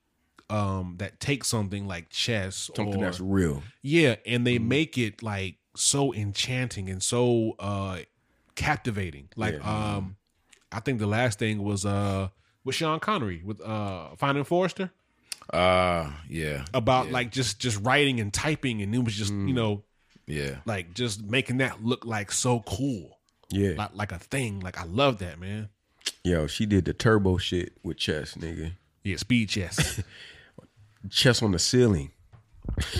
um that take something like chess Something or that's real. yeah and mm-hmm. they make it like so enchanting and so uh captivating like um i think the last thing was uh with sean connery with uh finding forrester Uh yeah. Mm. about like just just writing and typing and it was just you know Yeah. like just making that look like so cool Yeah, like, like a thing like i love that man yo, she did the turbo shit with chess, nigga. yeah speed chess Chess on the ceiling.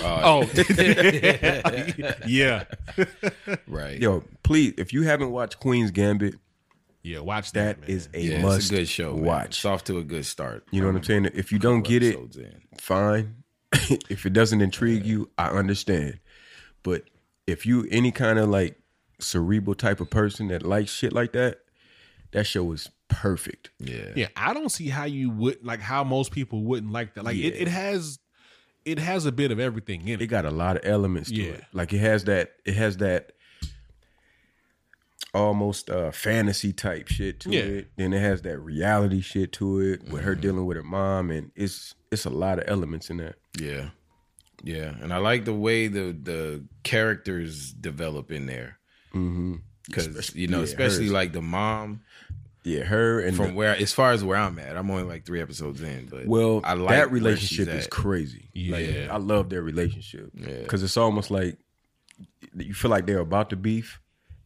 oh [laughs] yeah Right. Yo, please, if you haven't watched Queen's Gambit, yeah watch that that, man. is a yeah, must it's a good show. man. Watch. It's off to a good start. You know what I'm saying? If you don't get it, Episodes in. fine. [laughs] if it doesn't intrigue you, I understand. But if you any kind of like cerebral type of person that likes shit like that, that show is perfect. Yeah. Yeah, I don't see how you would like how most people wouldn't like that. Like it, it has it has a bit of everything in It it. got a lot of elements to Yeah. it. Like it has that it has that almost uh fantasy type shit to Yeah. Mm-hmm. it. Then it has that reality shit to it with her dealing with her mom and it's it's a lot of elements in that. Yeah. Yeah. And I like the way the the characters develop in there. Mm-hmm. Cause you know, yeah, especially hers. like the mom Yeah, her and from the- where as far as where I'm at, I'm only like three episodes in, but Well, I like that where relationship she's is at. crazy. Like, Yeah. I love their relationship Yeah. because it's almost like you feel like they're about to beef,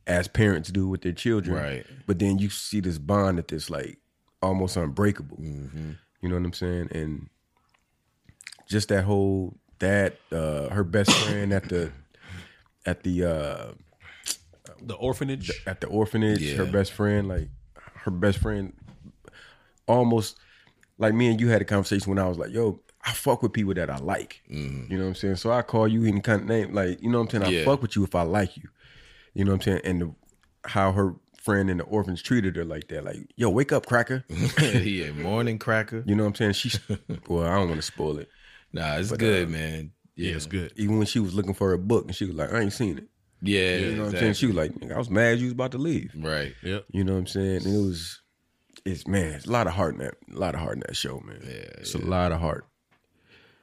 as parents do with their children. Right. But then you see this bond that is like almost unbreakable. Mm-hmm. You know what I'm saying? And just that whole that uh, her best friend at the at the uh, The orphanage. at the orphanage, her Yeah. best friend, like her best friend, almost like me and you had a conversation when I was like, "Yo, I fuck with people that I like." You know what I'm saying? So I call you any kind of name, like you know what I'm saying. I Mm-hmm. Yeah. fuck with you if I like you. You know what I'm saying? And the, how her friend and the orphans treated her like that, like, "Yo, wake up, cracker." Mm-hmm. [laughs] yeah, morning cracker. You know what I'm saying? [laughs] She's well, I don't want to spoil it. Nah, it's good, uh, man. yeah, Yeah, it's good. Even when she was looking for her book, and she was like, "I ain't seen it." yeah, You know what exactly. I'm saying? She was like, "Nigga, "I was mad you was about to leave." right. Yep. You know what I'm saying? And it was, it's man, it's a lot of heart in that, a lot of heart in that show, man. Yeah, it's a lot of heart.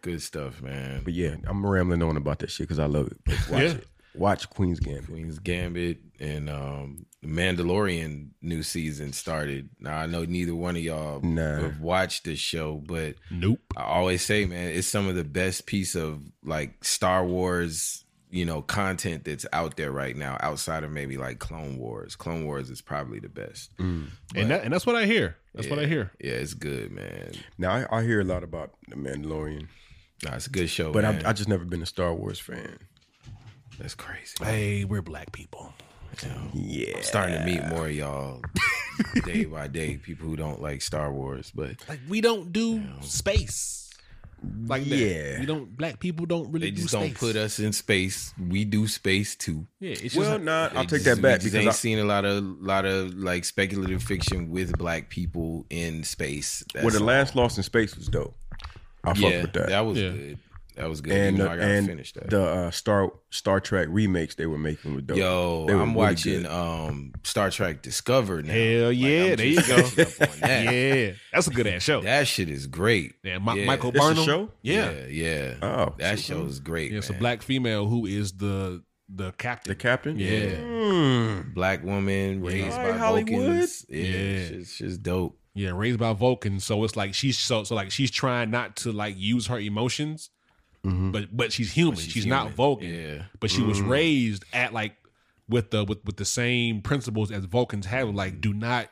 Good stuff, man. But yeah, I'm rambling on about that shit because I love it. [laughs] But watch Yeah. it. Watch Queen's Gambit. Queen's Gambit and um the Mandalorian new season started. Now I know neither one of y'all Nah. have watched this show, but Nope. I always say, man, it's some of the best piece of like Star Wars, you know, content that's out there right now, outside of maybe like Clone Wars. Clone Wars is probably the best. and that and that's what I hear. That's what I hear. Yeah, it's good, man. Now I, I hear a lot about the Mandalorian, Nah, it's a good show, but man. I've, I just never been a Star Wars fan. that's crazy. Hey, we're black people. Yeah, starting to meet more of [laughs] y'all day by day, people who don't like Star Wars, but Like we don't do space. Like that. Yeah. we don't. Black people don't really. they just do don't space. put us in space. We do space too. Yeah, it's just. Well, like- nah, I'll They take just- that we back just ain't because I, seen a lot of lot of like speculative fiction with black people in space. well, That's the all. last Lost in Space was dope. I fuck yeah, with that. was Yeah. good. That was good. and Even the, though I gotta and finish that. the uh, Star Star Trek remakes they were making with dope. Yo, They were I'm really watching good. um Star Trek Discover now. Hell Like, yeah, I'm there you just go. [laughs] catching [laughs] up on that. yeah, that's a good ass show. That shit is great. yeah, Mi- yeah. Michael That's a Burnham. show? Yeah. yeah. yeah. Oh, that so- show is great. Yeah, it's a man. black female who is the the captain. the captain. Yeah. Mm. black woman raised All right, by Hollywood. Vulcans. Yeah, Yeah. She's, she's dope. Yeah, raised by Vulcan, so it's like she's so so like she's trying not to like use her emotions, Mm-hmm. but but she's human. she's not human. Vulcan. Yeah. but she was raised at like with the with, with the same principles as Vulcans have, like do not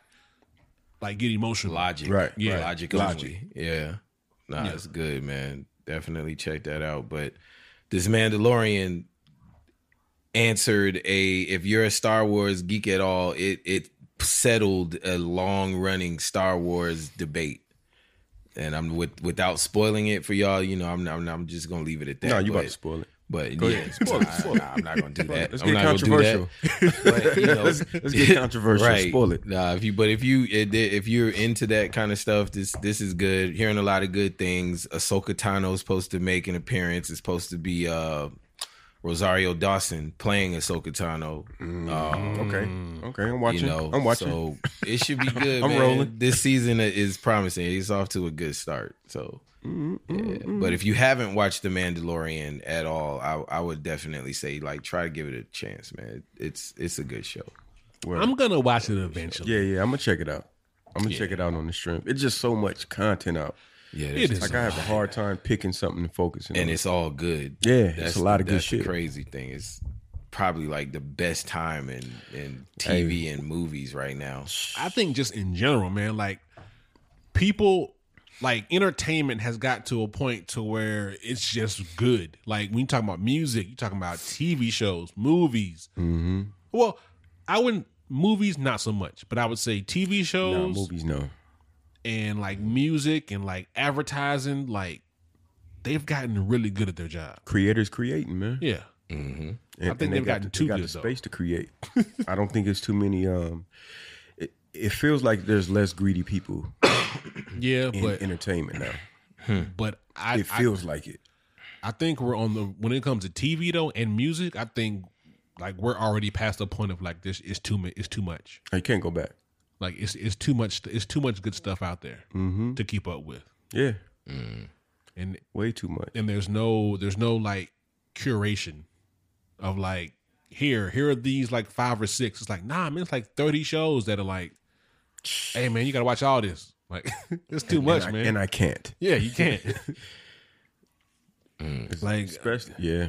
like get emotional. Logic, Right, Yeah. right. Logic, Logic. only. Yeah, nah, it's good, man. Definitely check that out. But this Mandalorian answered a if you're a Star Wars geek at all, it it settled a long running Star Wars debate. And I'm with without spoiling it for y'all. You know, I'm I'm, I'm just gonna leave it at that. No, you about but- to spoil it. But Go yeah, ahead. spoil [laughs] Spoil it, spoil it. Nah, I'm not gonna do that. Let's I'm get not gonna do controversial. that. [laughs] But, you know, let's, let's get controversial. Right. Spoil it. Nah, if you but if you it- if you're into that kind of stuff, this this is good. Hearing a lot of good things. Ahsoka Tano's supposed to make an appearance. It's supposed to be uh Rosario Dawson playing Ahsoka Tano. Mm, Um, Okay. Okay. I'm watching. you know, I'm watching. So it should be [laughs] good. I'm man. rolling. This season is promising. It's off to a good start. So, Mm-hmm, yeah. but if you haven't watched The Mandalorian at all, I, I would definitely say like try to give it a chance, man. It's it's a good show. I'm gonna watch it eventually. yeah, yeah. I'm gonna check it out. I'm gonna check it out on the stream. It's just so much content out. Yeah, It is. Like I have a hard time picking something and focusing. and on. it's all good. Yeah, it's a lot of good that's the shit. crazy thing is probably like the best time in in TV and movies right now. I think just in general, man, like people like entertainment has got to a point to where it's just good. Like when you talking about music, you talking about TV shows, movies. Mm-hmm. Well, I wouldn't movies not so much, but I would say TV shows Nah, movies. No, and like music and like advertising, like they've gotten really good at their job. creators creating, man. Yeah. And, I think they they've gotten the- too they got good, the though. space to create. [laughs] I don't think it's too many. Um, it, it feels like there's less greedy people Yeah, in but entertainment now. but [clears throat] I It I, feels like it. I think we're on the when it comes to TV though and music, I think like we're already past the point of like this is too mu- it's too much. You can't go back. Like it's it's too much it's too much good stuff out there Mm-hmm. to keep up with. Yeah, And way too much. and there's no there's no like curation of like here here are these like five or six. It's like nah, man, it's like thirty shows that are like, hey man, you gotta watch all this. Like [laughs] it's too much, and I, man. And I can't. yeah, you can't. [laughs] Mm, like Especially, yeah,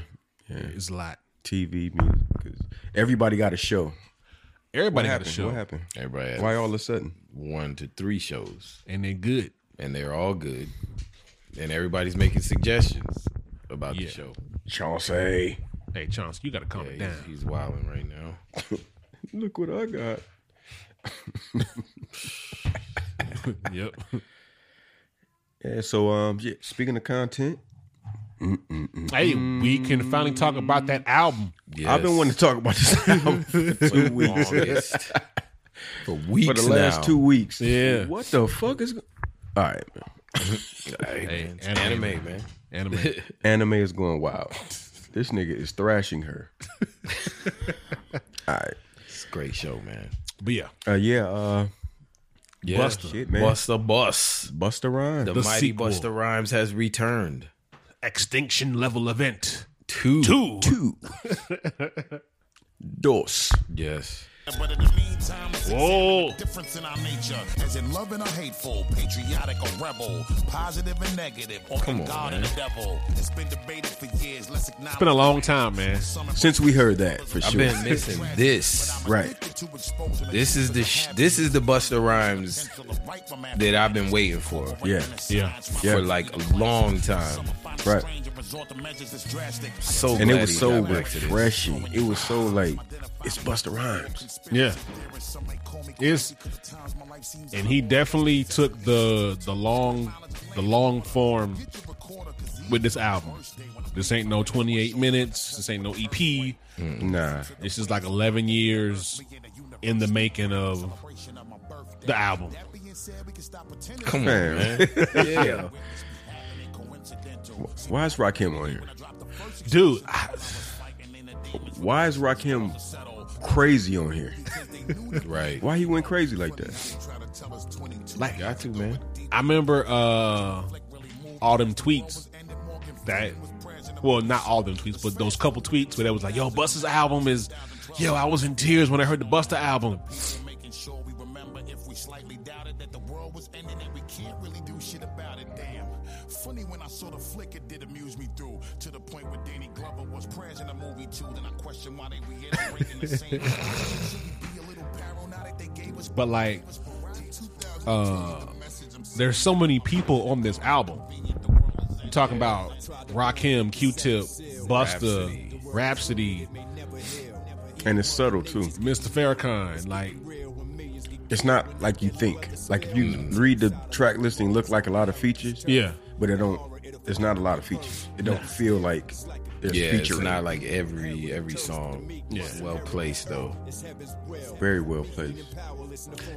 it's a lot. TV music. 'cause everybody got a show. Everybody What got a happened? show, What happened? Everybody has Why all of a sudden? one to three shows, and they're good. and they're all good, and everybody's making suggestions about Yeah. the show. Chauncey, Hey, Chance, you got to calm it Yeah, down. he's, he's wilding right now. look what I got. [laughs] yep. [laughs] Yeah. So um, yeah. Speaking of content, hey, we can finally talk about that album. I've been wanting to talk about this album for [laughs] two weeks. Longest. for weeks for the last now. two weeks. Yeah. What the fuck is? go- All right, man. Hey, man, it's anime, anime, man. man. Anime. [laughs] anime is going wild. this nigga is thrashing her. All right. It's a great show, man. but yeah, Uh, yeah. Uh, Yeah. Busta. shit, man. Buster Bus. Buster Rhymes. The, The mighty sequel. Buster Rhymes has returned. extinction level event Two. two. two. Dos. Yes. But in the meantime, let's Whoa. examine the difference in our nature. As in loving or hateful, patriotic or rebel, positive and negative, or in on, God and the devil. It's been debated for years. Let's acknowledge It's been a long time, man. Since we heard that, for I've sure. been missing [laughs] this. right. This is the sh- this is the Buster Rhymes that that I've been waiting for Yeah. Yeah. Yeah. for like a long time. Right. So And it glad was he so got back to this. refreshing. It was so like it's Buster Rhymes. Yeah. It's and he definitely took the the long the long form with this album. This ain't no 28 minutes. This ain't no EP. Nah. This is like 11 years in the making of the album. Come [laughs] on, Man. man. yeah. Why is Rakim on here? Dude, I- Why is Rakim crazy on here? Right. Why he went crazy like that? like Got to, man. I remember uh all them tweets that well not all them tweets, but those couple tweets where they was like, yo, Busta's album is yo, I was in tears when I heard the Busta album. But like uh there's so many people on this album. I'm talking about Rakim, Q Tip, Busta, Rhapsody, And it's subtle too. Mr. Farrakhan, like It's not like you think. Like if you read the track listing, look like a lot of features. Yeah. but it don't. It's not a lot of features. It don't feel like there's Yeah, feature. it's in it. not like every every song Yeah. well placed though. very well placed.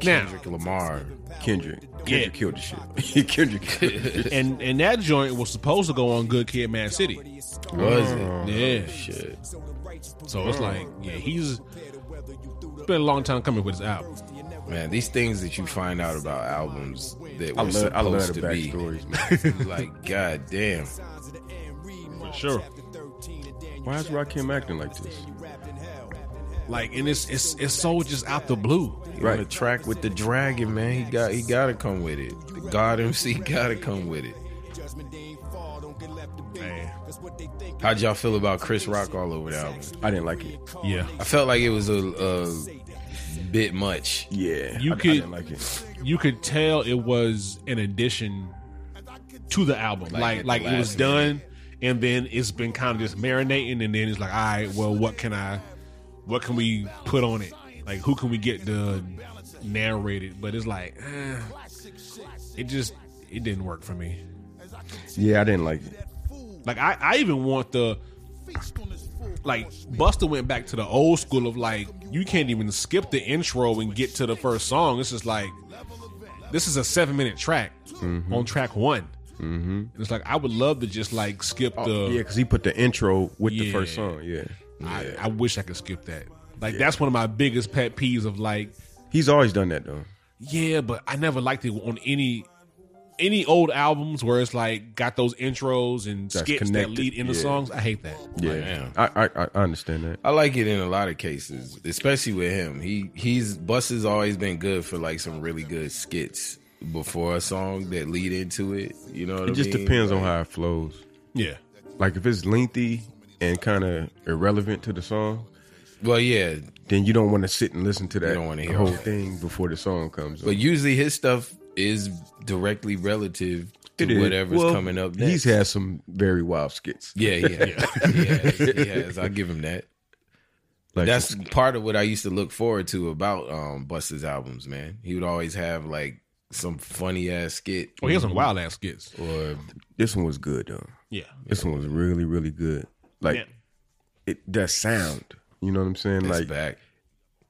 now Kendrick Lamar, Kendrick, Kendrick Yeah. killed the shit. [laughs] Kendrick, killed the shit. and and that joint was supposed to go on Good Kid, Mad City. was it? Yeah, Shit. so it's like yeah, he's it's been a long time coming with his album. Man, these things that you find out about albums that were I love, supposed I love the to be backstories. Man. [laughs] like, god damn. For sure. Why is Rakim acting like this? Like and it's it's it's so just out the blue. He Right. on the track with the dragon, man. He got he gotta come with it. The God MC [laughs] gotta come with it. Man, How'd y'all feel about Chris Rock all over the album? I didn't like it. yeah, I felt like it was a, a bit much. Yeah, You I, I could- didn't like it. you could tell it was an addition to the album. Like Like, like, the it was last done, and then it's been kind of just marinating, and then it's like, all right, well, what can I, what can we put on it? Like, who can we get to narrate it? But it's like, eh, it just it didn't work for me. Yeah, I didn't like it. Like I, I even want the like Buster went back to the old school of like you can't even skip the intro and get to the first song. It's just like this is a seven minute track on track one. Mm-hmm. It's like I would love to just like skip the. Oh, yeah, because he put the intro with the Yeah. first song. Yeah, I, I wish I could skip that. Like that's one of my biggest pet peeves of like he's always done that though. yeah, but I never liked it on any any old albums where it's like got those intros and That's skips connected. that lead in the Yeah. songs. I hate that. Yeah, man. I, I I- I understand that. I like it in a lot of cases, especially with him. He he's Bus has always been good for like some really good skits before a song that lead into it. You know, what It just depends on how it flows. Yeah. Like if it's lengthy and kind of irrelevant to the song, Well, yeah, then you don't want to sit and listen to that don't wanna the hear whole all that. thing before the song comes. but usually his stuff is directly relative to It is. whatever's Well, coming up next. He's had some very wild skits. yeah, yeah, yeah. [laughs] he has, he has. I give him that. Like That's part of what I used to look forward to about um Buster's albums, man. He would always have like some funny ass skit Oh, Well, he has some wild ass skits. or this one was good though. Yeah. This one was really really good. Yeah. Like it, that sound, you know what I'm saying? it's Like back.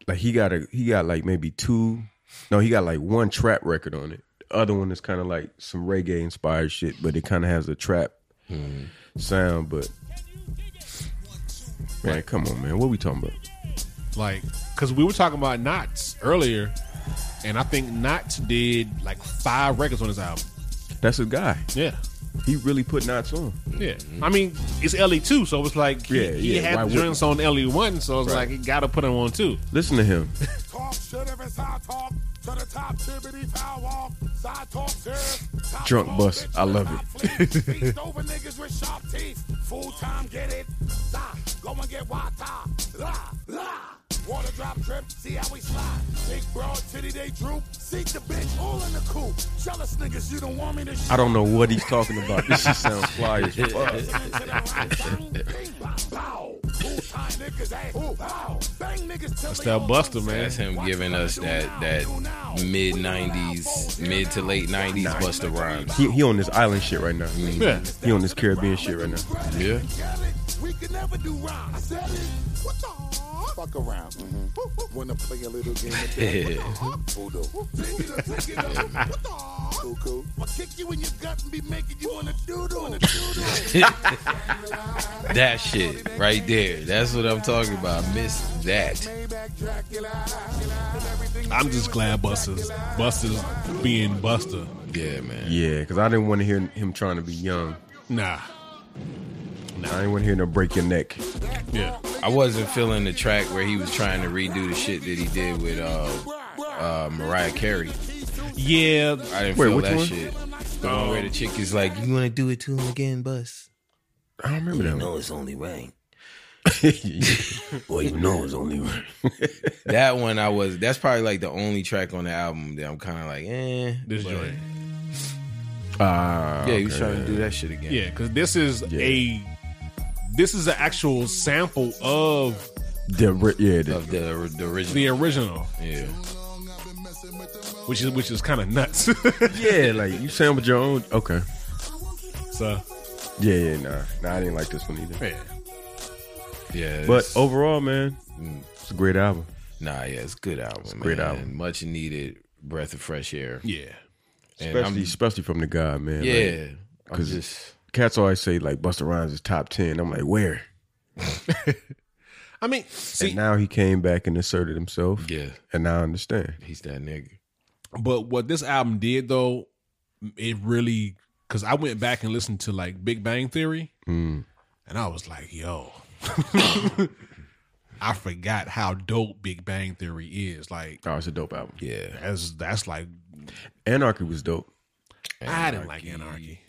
like he got a he got like maybe two, no he got like one trap record on it. The other one is kind of like some reggae inspired shit, but it kind of has a trap sound. But man, come on, man, what we talking about? Like, because we were talking about Knots earlier, and I think Knots did like five records on his album. That's a guy. Yeah. Mm-hmm. He really put knots on. Yeah. I mean, it's LE2, so it's like he, Yeah, he yeah, why had the wouldn't? joints on LE1, so it's like he got to put him on [laughs] too. Listen to him. Talk shit if it's hot talk. To the top, tibbity power off. Side talk, serious. Top Drunk talk, bus. bitch, I love hot [laughs] fleet. Feast over niggas with sharp teeth. Full time, get it. La, go and get wata. La, la. Water drop drip, see how we slide. Big broad titty, they droop. Seek the bitch, all in the coop. Jealous niggas, you don't want me to shoot. I don't know what he's talking about. This shit sounds fly as fuck. That's It's that Buster, man. That's him giving us that that mid '90s, mid to late '90s Buster Rhymes. He, he on this island shit right now. Yeah. He on this Caribbean shit right now. Yeah, [laughs] We can never do wrong. I said it. What the fuck around? Wanna play a little game of that? Voodoo. Baby, the ticket up. What the I'll kick you in your gut and be making you wanna doodle. Wanna doodle. that shit right there. That's what I'm talking about. I missed that. I'm just glad Buster's Buster's being Buster. Yeah, man. Yeah, because I didn't want to hear him trying to be young. Nah, I didn't want to hear no break your neck. yeah, I wasn't feeling the track where he was trying to redo the shit that he did with uh, uh, Mariah Carey. yeah. I didn't Wait, feel which that one? shit. The Um, one where the chick is like, "You want to do it to him again, Bus?" I don't remember that it's only [laughs] right. one. Well, you know it's only right. That one I was. That's probably like the only track on the album that I'm kind of like, eh. This but- joint, Ah, Yeah, he was okay. trying to do that shit again. yeah, because this is Yeah. a this is an actual sample of The ri- yeah, the, Of the or- the original. the original, Yeah. which is which is kind of nuts. [laughs] yeah, like you sampled your own. Okay. so Yeah, yeah, nah, nah, I didn't like this one either. yeah, Yeah. But oh- it's- overall, man, Mm. it's a great album. Nah, yeah, it's a good album. a great man. album. Much needed breath of fresh air. yeah, And especially I'm- especially from the guy, man. Like, yeah. I'm 'cause- just cats always say like Buster Rhymes is top ten. I'm like, where? I mean, see, And now he came back and asserted himself. yeah, And now I understand. he's that nigga. But what this album did though, it really because I went back and listened to like Big Bang Theory, and I was like, yo, [laughs] I forgot how dope Big Bang Theory is. Like Oh, it's a dope album. Yeah. that's that's like Anarchy was dope. I didn't like Anarchy.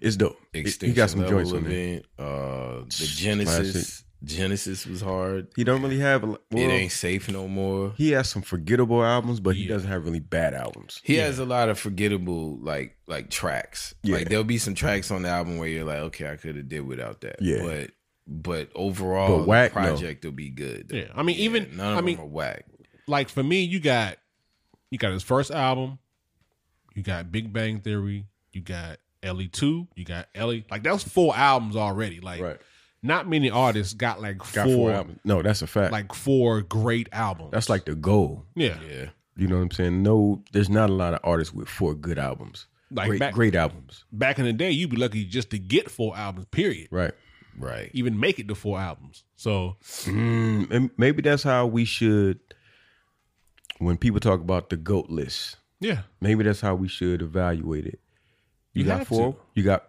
It's dope. He- Extinction he got some Level joints on there. event. Uh the Genesis. Genesis was hard. He don't really have. a lo- Well, it ain't safe no more. he has some forgettable albums, but he Yeah. doesn't have really bad albums. He has a lot of forgettable like like tracks. Yeah. Like there'll be some tracks on the album where you're like, okay, I could have did without that. Yeah. But but overall But whack, the no. project will be good. Yeah, I mean even None of I them mean are whack. like for me, you got you got his first album, you got Big Bang Theory, you got Ellie Two, you got Ellie like that was four albums already. Like Right. not many artists got like Got four, four, albums. No, that's a fact. like four great albums. that's like the goal. yeah. Yeah. You know what I'm saying? No, there's not a lot of artists with four good albums. Like great, back- great albums. Back in the day, you'd be lucky just to get four albums. Period. Right. Right. Even make it to four albums. So Mm, and maybe that's how we should. When people talk about the goat list, yeah, maybe that's how we should evaluate it. You, You got have four. to. You got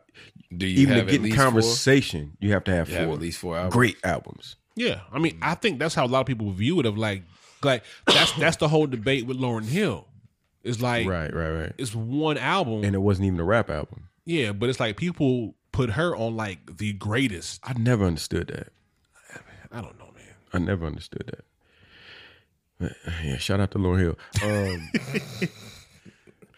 Do you even to have at get in least four? conversation, you have to have You four have at least four albums. great albums. yeah. I mean, I think that's how a lot of people view it. Of like, like that's that's the whole debate with Lauren Hill. It's like Right, right, right. it's one album. And it wasn't even a rap album. Yeah, but it's like people put her on like the greatest. I never understood that. I don't know, man. I never understood that. But, uh, Yeah, shout out to Lauren Hill. Um, [laughs]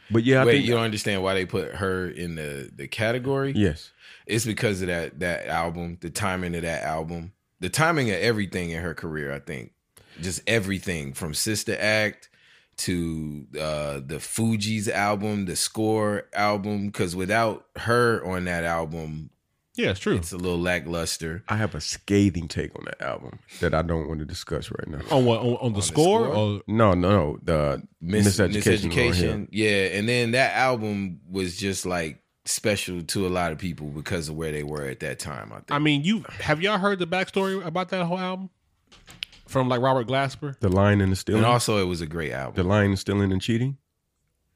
but yeah, I Wait, think you don't understand why they put her in the the category? yes, It's because of that that album, the timing of that album, the timing of everything in her career. I think just everything from Sister Act to uh, the Fugees album, the Score album. Because without her on that album, Yeah, it's true. it's a little lackluster. I have a scathing take on that album that I don't want to discuss right now. Oh. on what on, on, the, score? score? Or, No, no, no. The Mis- miseducation, Lauryn Hill. miseducation. Yeah, and then that album was just like special to a lot of people because of where they were at that time. I think. I mean, you have y'all heard the backstory about that whole album from like Robert Glasper? The lion and the stealing. and also, it was a great the album. lion and stealing and cheating.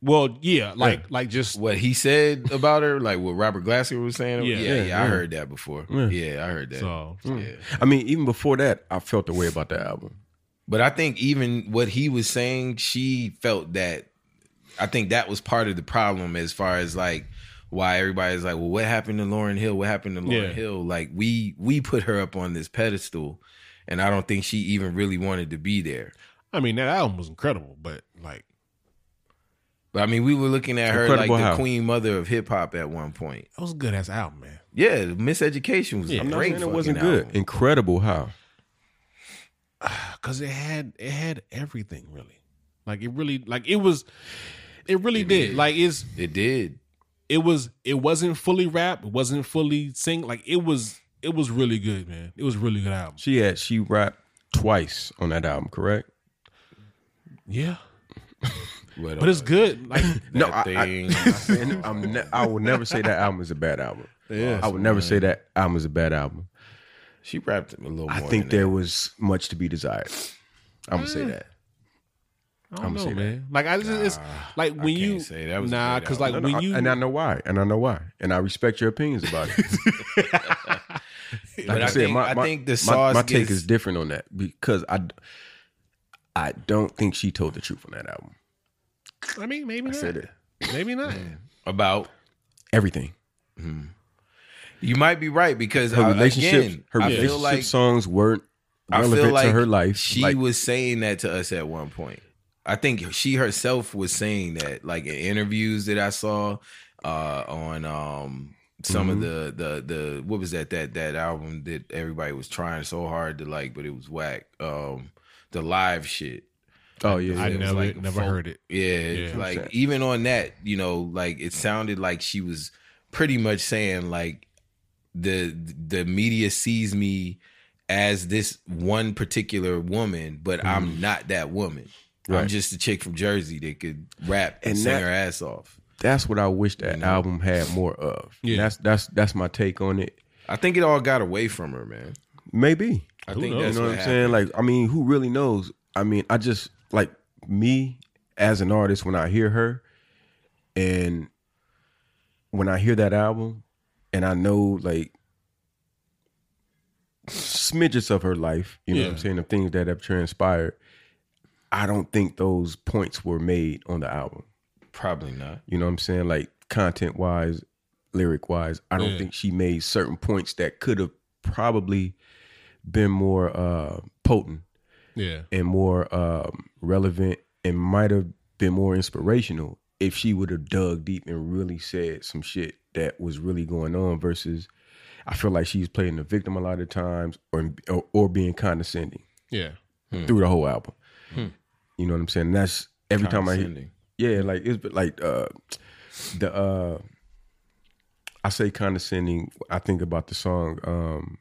Well, yeah, like like just what he said about her, like what Robert Glasper was saying. Yeah. Yeah, yeah, Yeah, I yeah. heard that before. Yeah. Yeah, I heard that. so Yeah. I mean, even before that, I felt the way about that album. But I think even what he was saying, she felt that. I think that was part of the problem as far as like why everybody's like, well, what happened to Lauren Hill? What happened to Lauren Yeah. Hill? Like we we put her up on this pedestal, and I don't think she even really wanted to be there. I mean that album was incredible, but like But I mean, we were looking at her Incredible like the how. queen mother of hip hop at one point. that was a good ass album, man. Yeah, Miseducation was Yeah. a I'm I'm not great. saying it fucking wasn't good. album. Incredible how. Cause it had it had everything really. Like it really like it was it really did. Like it's It did. it was it wasn't fully rap, it wasn't fully sing. Like it was it was really good, man. It was a really good album. She had she rapped twice on that album, correct? Yeah. What but it's good. Like No, uh, That I, I, thing. am [laughs] I'm ne- I will never say that album is a bad album. Yes, I would never say that album is a bad album. she rapped a little more. I think than there was much to be desired. I'm gonna say that. I don't I'ma know, say that. man. Like I just it's like when you can't say that was a nah, good because like album. No, no, when I- you and I know why, and I know why, and I respect your opinions about [laughs] it. that. Like but I, said, think, my- I my- think the my- sauce. My, take gets- is different on that because I, d- I don't think she told the truth on that album. I mean maybe not. said it. Maybe not. about. Everything. You might be right because Her I- relationships, again, her I feel relationship like- songs weren't I relevant feel like to her life. She Like, was saying that to us at one point. I think she herself was saying that, like in interviews that I saw uh, on um, some Mm-hmm. of the the the what was that that that album that everybody was trying so hard to like, but it was whack. Um, the live shit. oh yeah, I yeah. was never like never folk- heard it. Yeah, it's Yeah. like even on that, you know, like it sounded like she was pretty much saying like the the media sees me as this one particular woman, but I'm not that woman. I'm Mm-hmm. Right. just a chick from Jersey that could rap and, And sing that- her ass off. that's what I wish that album had more of. Yeah. That's that's that's my take on it. I think it all got away from her, man. Maybe. I think knows? Oh, that's you know what what, I'm happened. saying? Like, I mean, who really knows? I mean, I just like me as an artist when I hear her and when I hear that album and I know like smidges of her life, you know what I'm Yeah. saying, of things that have transpired. I don't think those points were made on the album. Probably not. You know what I'm saying? Like content wise, lyric wise, I don't Yeah. think she made certain points that could have probably been more uh potent Yeah. and more um relevant and might have been more inspirational if she would have dug deep and really said some shit that was really going on versus I feel like she's playing the victim a lot of times or or, or being condescending Yeah. through the whole album. You know what I'm saying? That's every time I hear Condescending. yeah, like it's been like uh the uh I say condescending, I think about the song um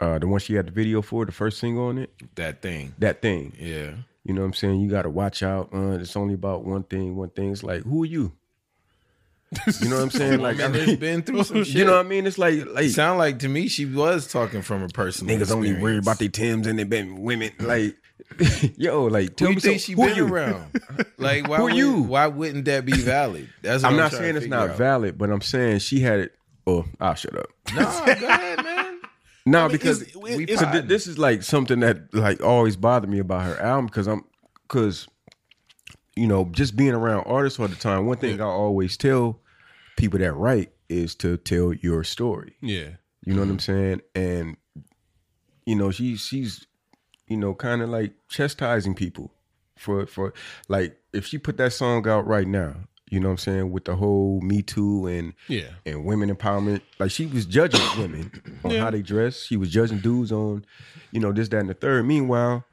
uh the one she had the video for, the first single on it, That thing. that thing. Yeah. You know what I'm saying? You gotta watch out. Uh, it's only about one thing, one thing. It's like, who are you? You know what I'm [laughs] saying? Like I Man, mean, there's been [laughs] through some shit. you know what I mean? It's like like it sound like to me she was talking from a personal niggas only worried experience. about their Tims and they been women. Like [laughs] yo, like tell Who me you think some- she who are been you? [laughs] around? Like, why Who are would, you? Why wouldn't that be valid? That's what I'm, I'm, not trying saying to it's figure not out. valid, but I'm saying she had it. Oh, I'll shut up. No, Oh, go ahead, man. No, because it's- it- we it's- so thi- this is like something that like always bothered me about her album because I'm because you know just being around artists all the time. One thing I always tell people that write is to tell your story. Yeah. You know what I'm saying? Mm-hmm. And you know she she's you know kind of like chastising people for for like if she put that song out right now, you know what I'm saying with the whole Me Too and Yeah. and women empowerment. Like she was judging [coughs] women on how they dress. She was judging dudes on, you know, this, that, and the third. Meanwhile,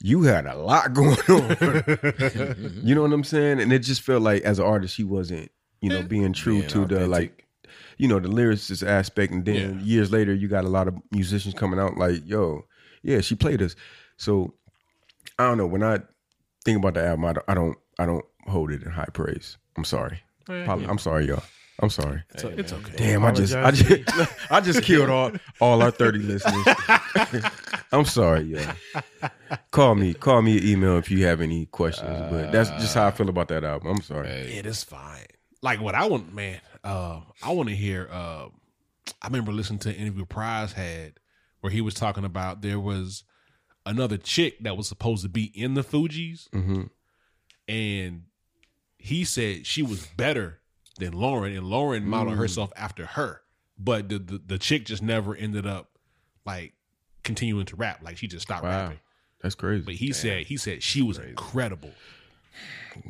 you had a lot [laughs] going on. you know what I'm saying? And it just felt like as an artist, she wasn't, you know, being true Being to the like, you know, the lyricist aspect. And then Yeah. years later, you got a lot of musicians coming out like, yo, yeah, she played us. So I don't know. When I think about the album, I don't, I don't, I don't hold it in high praise. I'm sorry. Probably- I'm sorry, y'all. I'm sorry. So it's okay. Damn, I just, I just, [laughs] I just killed all, all our thirty [laughs] listeners. [laughs] I'm sorry, yeah. Call me, call me, an email if you have any questions. but that's just how I feel about that album. I'm sorry. It is fine. Like what I want, man. Uh, I want to hear. Uh, I remember listening to an interview Prize had where he was talking about there was another chick that was supposed to be in the Fugees, Mm-hmm. and he said she was better than Lauren, and Lauren modeled herself after her, but the, the the chick just never ended up like continuing to rap. Like she just stopped Wow, rapping. that's But crazy. he said he said she was incredible.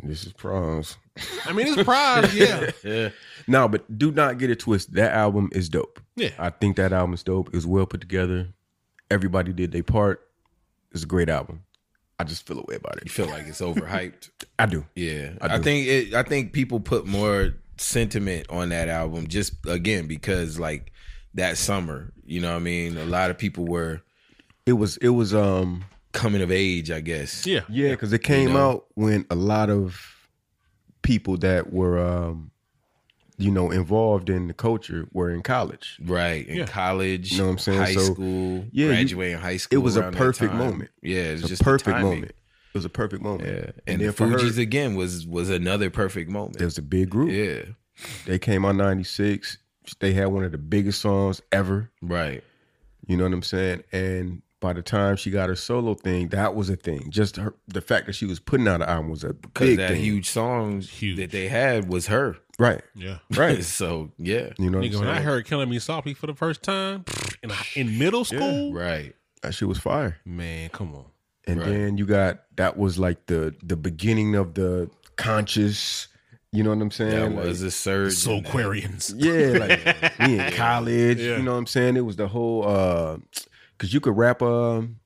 This is problems. I mean, it's [laughs] Prize, yeah, No, but do not get it twisted. That album is dope. yeah. I think that album is dope. It was well put together. Everybody did their part. It's a great album. I just feel a way about You it. feel like it's overhyped. I do. Yeah, I I, do. think it, I think people put more sentiment on that album just again because like that summer, you know what I mean? A lot of people were It was. It was. Um. coming of age, I guess. Yeah. Yeah, because it came know? out when a lot of people that were, um, you know, involved in the culture were in college. Right. In Yeah. college, You know what I'm saying? high So, school, yeah, you- graduating high school. was a around that perfect time. moment. Yeah, it was It's just a the perfect timing. moment. It was a perfect moment. Yeah. And, and, the then for her, Fugees again was was another perfect moment. there was a big group. yeah. They came out '96. They had one of the biggest songs ever. Right. You know what I'm saying? And by the time she got her solo thing, that was a thing. Just her, the fact that she was putting out an album was a Because big that thing, huge song Huge. that they had was her. [laughs] right? Yeah. Right. so yeah. You know what Nigga, I'm when saying? I heard Killing Me Softly for the first time in, in middle school, Right. that shit was fire. man, come on. And Right. then you got that was like the the beginning of the conscious. You know what I'm saying? That Like, was a surge. So in that. Aquarians. [laughs] Yeah, like we in college. Yeah. You know what I'm saying? It was the whole uh cause you could rap um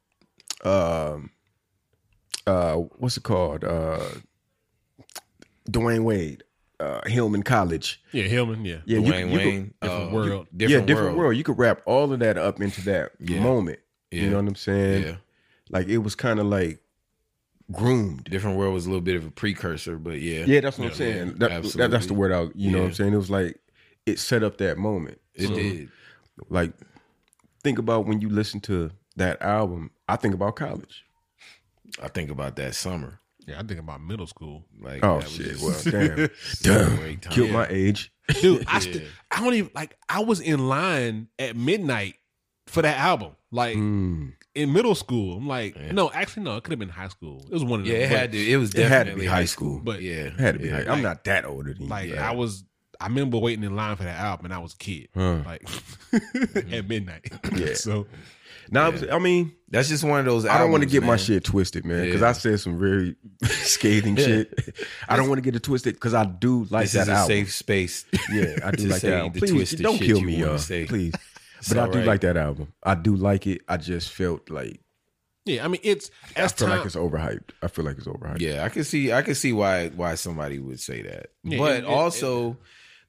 um uh what's it called? Uh Dwayne Wade, uh Hillman College. Yeah, Hillman. Yeah. Yeah, Dwayne you, you Wayne. Could, different uh, world. yeah, different world. You could wrap all of that up into that Yeah. moment. Yeah. You know what I'm saying? Yeah. Like it was kind of like groomed. Different world was a little bit of a precursor, but yeah. Yeah, that's what Yeah, I'm saying. yeah, That- that, that's the absolutely. word I. You know what I'm Yeah. saying? It was like it set up that moment. It So, did. like think about when you listen to that album i think about college I think about that summer. Yeah, I think about middle school. Like oh that was shit just [laughs] well damn a great time. killed my age Dude, I st- Yeah. I don't even like I was in line at midnight for that album. Like Mm. in middle school. I'm like, no, actually no, it could have been high school. It was one of them. Yeah, it but- had to. It was it definitely had to be high school But yeah, Yeah, it had to be yeah. high. i'm not that older than you like I was I remember waiting in line for that album and I was a kid. Huh. Like [laughs] at midnight. Yeah. [laughs] So now i mean That's just one of those. i don't want to albums, get my man. shit twisted man because Yeah. i said some very [laughs] scathing shit i don't want to get it twisted because i do like This that is a album safe space. [laughs] yeah i do to like say that album. the please twisted don't shit kill you me wanna y'all say. please It's but i do alright. like that album i do like it i just felt like yeah, I mean it's i as feel time like it's overhyped i feel like it's overhyped Yeah, I can see. I can see why why somebody would say that. Yeah, but it- it- also,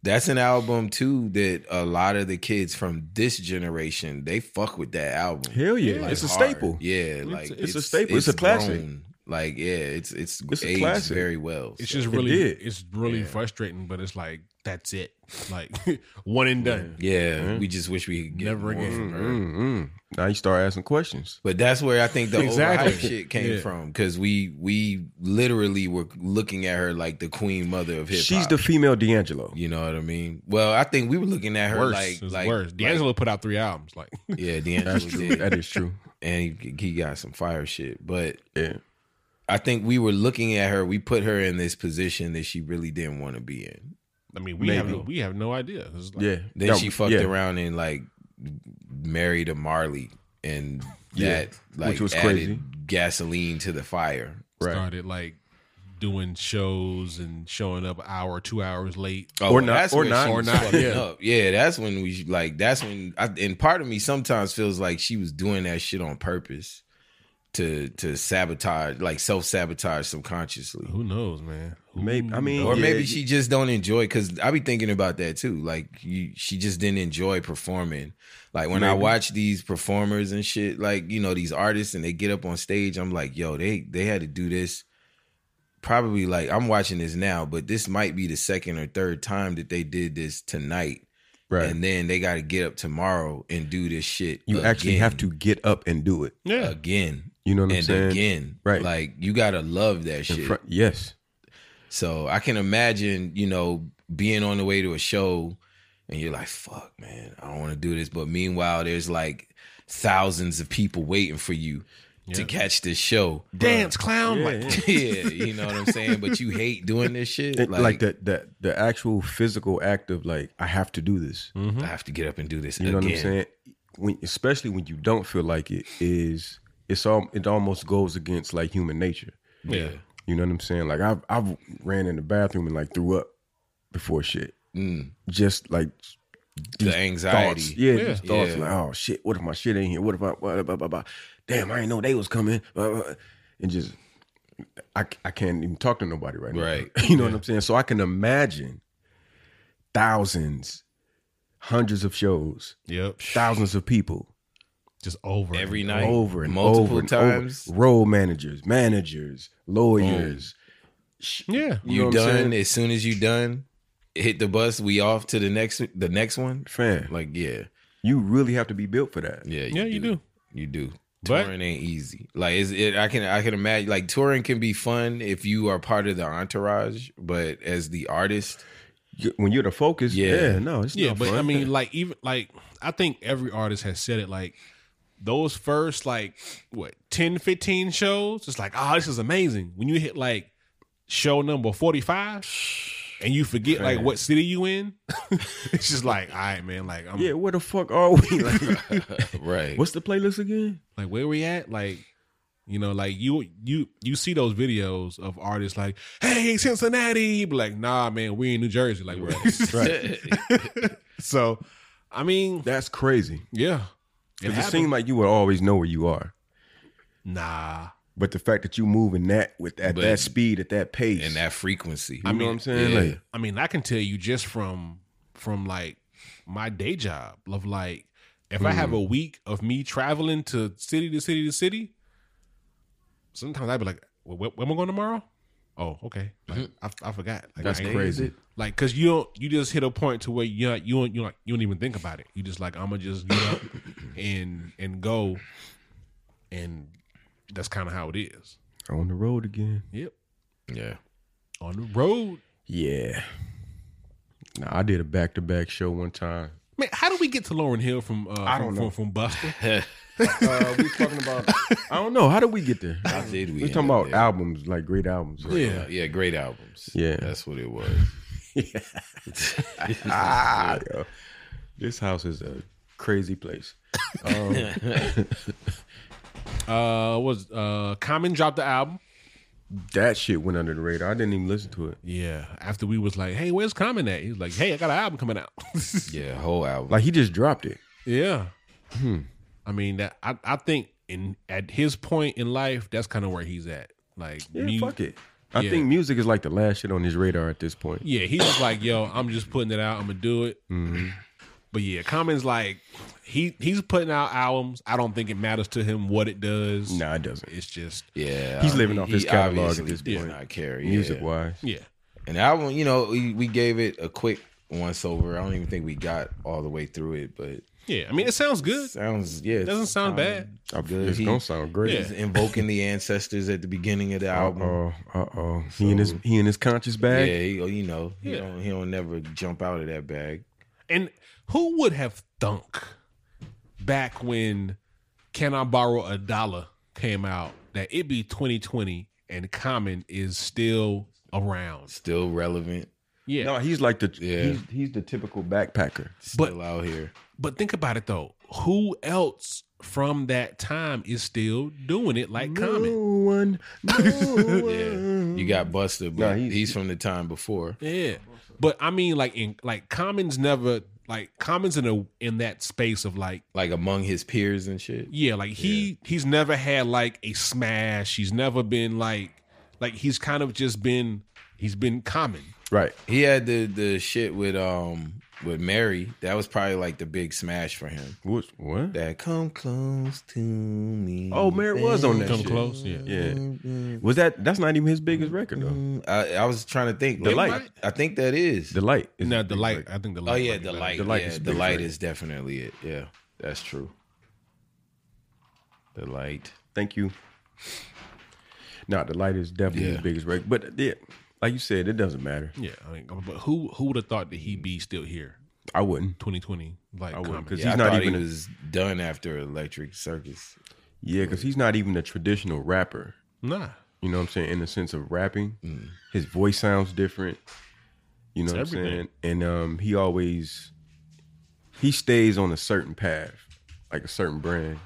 that's an album too that a lot of the kids from this generation they fuck with that album. Hell yeah. Like, it's a hard. staple. Yeah, like it's a staple. It's a classic. grown. Like yeah, it's it's, It's a aged classic. very well. it's so. just really did. it's really frustrating, but it's like that's it. Like [laughs] one and done. yeah, Mm-hmm. we just wish we could get Never more again. From her. Mm-mm. Mm-hmm. Now you start asking questions. But that's where I [laughs] think the Exactly. overhype shit came Yeah. from because we we literally were looking at her like the queen mother of hip hop. She's the female D'Angelo. you know what I mean? Well, I think we were looking at her Worse. like It's like worse. D'Angelo put out three albums. Like [laughs] like- yeah, D'Angelo did, that is true. and he, he got some fire shit. But Yeah. I think we were looking at her. We put her in this position that she really didn't want to be in. I mean we have no, we have no idea. It's like, Yeah. Then That- she fucked yeah. around and like married a Marley, and that Yeah, like which was added crazy. gasoline to the fire. Right. started like doing shows and showing up an hour, two hours late. Oh, Or well, not- that's or when not. she Or was not, fucking yeah. up. Yeah, that's when we like. That's when. I, and part of me sometimes feels like she was doing that shit on purpose to to sabotage, like self sabotage subconsciously, Who knows, man? Who Maybe- I mean, or yeah, maybe you- she just don't enjoy. Because I be thinking about that too. Like you, she just didn't enjoy performing. Like when I Maybe. watch these performers and shit, like you know these artists, and they get up on stage, I'm like, yo, they they had to do this probably like I'm watching this now, but this might be the second or third time that they did this tonight. Right. And then they got to get up tomorrow and do this shit. you actually again, have to get up and do it. yeah. again You know what I'm and saying? again. Right. Like you got to love that In shit. front- yes. so I can imagine, you know, being on the way to a show and you're like, fuck, man, I don't want to do this. But meanwhile, there's like thousands of people waiting for you to Yeah. catch this show. Dance clown, Yeah, like yeah. [laughs] yeah, you know what I'm saying? But you hate doing this shit. It- like, that, that the actual physical act of like, I have to do this. Mm-hmm. I have to get up and do this You know again. what I'm saying? When especially when you don't feel like it is it's all it almost goes against like human nature. yeah. You know what I'm saying? Like I've I've ran in the bathroom and like threw up before shit. Mm. Just like The anxiety. thoughts. Yeah, Yeah. these thoughts Yeah. like, oh shit, what if my shit ain't here? What if I, blah, blah, blah, blah. damn, I didn't know they was coming. Blah, blah, blah. And just, I, I can't even talk to nobody right now. Right. [laughs] You know what I'm saying? So I can imagine thousands, hundreds of shows, Yep. thousands of people Just over Every and night. over and multiple over and times. Over. Role managers, managers, lawyers, sh- Yeah. You know you what I'm done saying? as soon as you done hit the bus we off to the next the next one Fan, like yeah you really have to be built for that. yeah Yeah, you do. you do But- touring ain't easy like is it i can i can imagine like touring can be fun if you are part of the entourage but as the artist You- When you're the focus, yeah, Yeah. no, it's Yeah, not but fun. I mean, like even like I think every artist has said it. Like those first like what 10, 15 shows, it's like oh, this is amazing. When you hit like show number forty five, and you forget like what city you in, [laughs] it's just like all right, man. Like I'm yeah, where the fuck are [laughs] we? Like, [laughs] right what's the playlist again? like where we at like you know like you you you see those videos of artists like hey cincinnati be like nah man we in new jersey like right, [laughs] [laughs] so i mean That's crazy. yeah it Because it, happened. seems like you would always know where you are, nah but the fact that you moving that with at But- that speed, at that pace, and that frequency you know what I'm saying? yeah. Like, i mean i can tell you just from from like my day job of like if i have a Mm. week of me traveling to city to city to city sometimes i'd be like well, where, where am i going tomorrow oh okay like, I, I forgot like, Mm-hmm. that's I ain't- crazy. like because you don't you just hit a point to where you you don't- you don't- you don't even think about it. You just like I'm gonna just get [coughs] up and and go, and that's kind of how it is. On the road again. Yep, yeah on the road, Yeah. Now I did a back to back show one time. man. How do we get to Lauren Hill from uh, I from, don't know. from from Buster? Uh, we talking about. [laughs] I don't know. How did we get there? How did we We end talking up about there? albums, like great albums. right? yeah, yeah great albums Yeah. that's what it [laughs] was Ah, yo. This house is a crazy place. uh, was uh, Common dropped the album? That shit went under the radar. I didn't even listen to it. Yeah, after we was like, hey, where's Common at? He was like, hey, I got an album coming out. [laughs] yeah whole album Like he just dropped it. yeah, Hmm. I mean that I I think in at his point in life, that's kind of where he's at. Like Yeah, mu- fuck it. I Yeah. think music is like the last shit on his radar at this point. Yeah, he was like, "Yo, I'm just putting it out. I'm gonna do it." But yeah, Common's like, he he's putting out albums. I don't think it matters to him what it does. Nah, it doesn't. It's just yeah He's living off his he catalog at obviously this did point. not care yeah. Music wise. yeah, And the album, you know, we, we gave it a quick once over. I don't even think we got all the way through it, but yeah. I mean, it sounds good. sounds yeah, it Doesn't sound bad. Good. It's He- gonna sound great. Yeah. He's invoking the ancestors at the beginning of the Uh album. oh, uh oh. He in his he in his conscious Yeah, bag. he, oh, you know, he Yeah. don't he don't never jump out of that bag. And who would have thunk back when "Can I Borrow a Dollar" came out that it be 2020 and Common is still around? Still relevant, Yeah, No, he's like the Yeah. he's, he's the typical backpacker. But- still out here. But think about it though. Who else from that time is still doing it like Common? [laughs] one, no Yeah, you got Buster, but Nah, he's- he's, from the time before. Yeah. But I mean like in like Common's never like Common's in a in that space of like Like among his peers and shit. yeah, like he he's never had like a smash. He's never been like like he's kind of just been he's been common. right. He had the the shit with um with Mary. That was probably like the big smash for him. What? What? That come close to me. Oh, Mary was on that. Come shit. close. Yeah. Yeah. Was that? That's not even his biggest record though. I, I was trying to think. The Like, Light. I think that is. The light. is Now his the biggest light, record. I think the light. oh yeah, might be the better. light. The Light yeah, is the big, light right? is definitely it. Yeah, that's true. The light. Thank you. No, the light is definitely Yeah. his biggest record. But yeah, like you said, it doesn't matter. Yeah, I mean, but who who would have thought that he'd be still here I wouldn't. 2020 like I wouldn't Common? because Yeah, he's I not thought even. he a- was done after Electric Circus. yeah, because he's not even a traditional rapper. Nah. You know what I'm saying? In the sense of rapping, Mm. his voice sounds different. You know what I'm saying? everything. And um, he always he stays on a certain path, like a certain brand,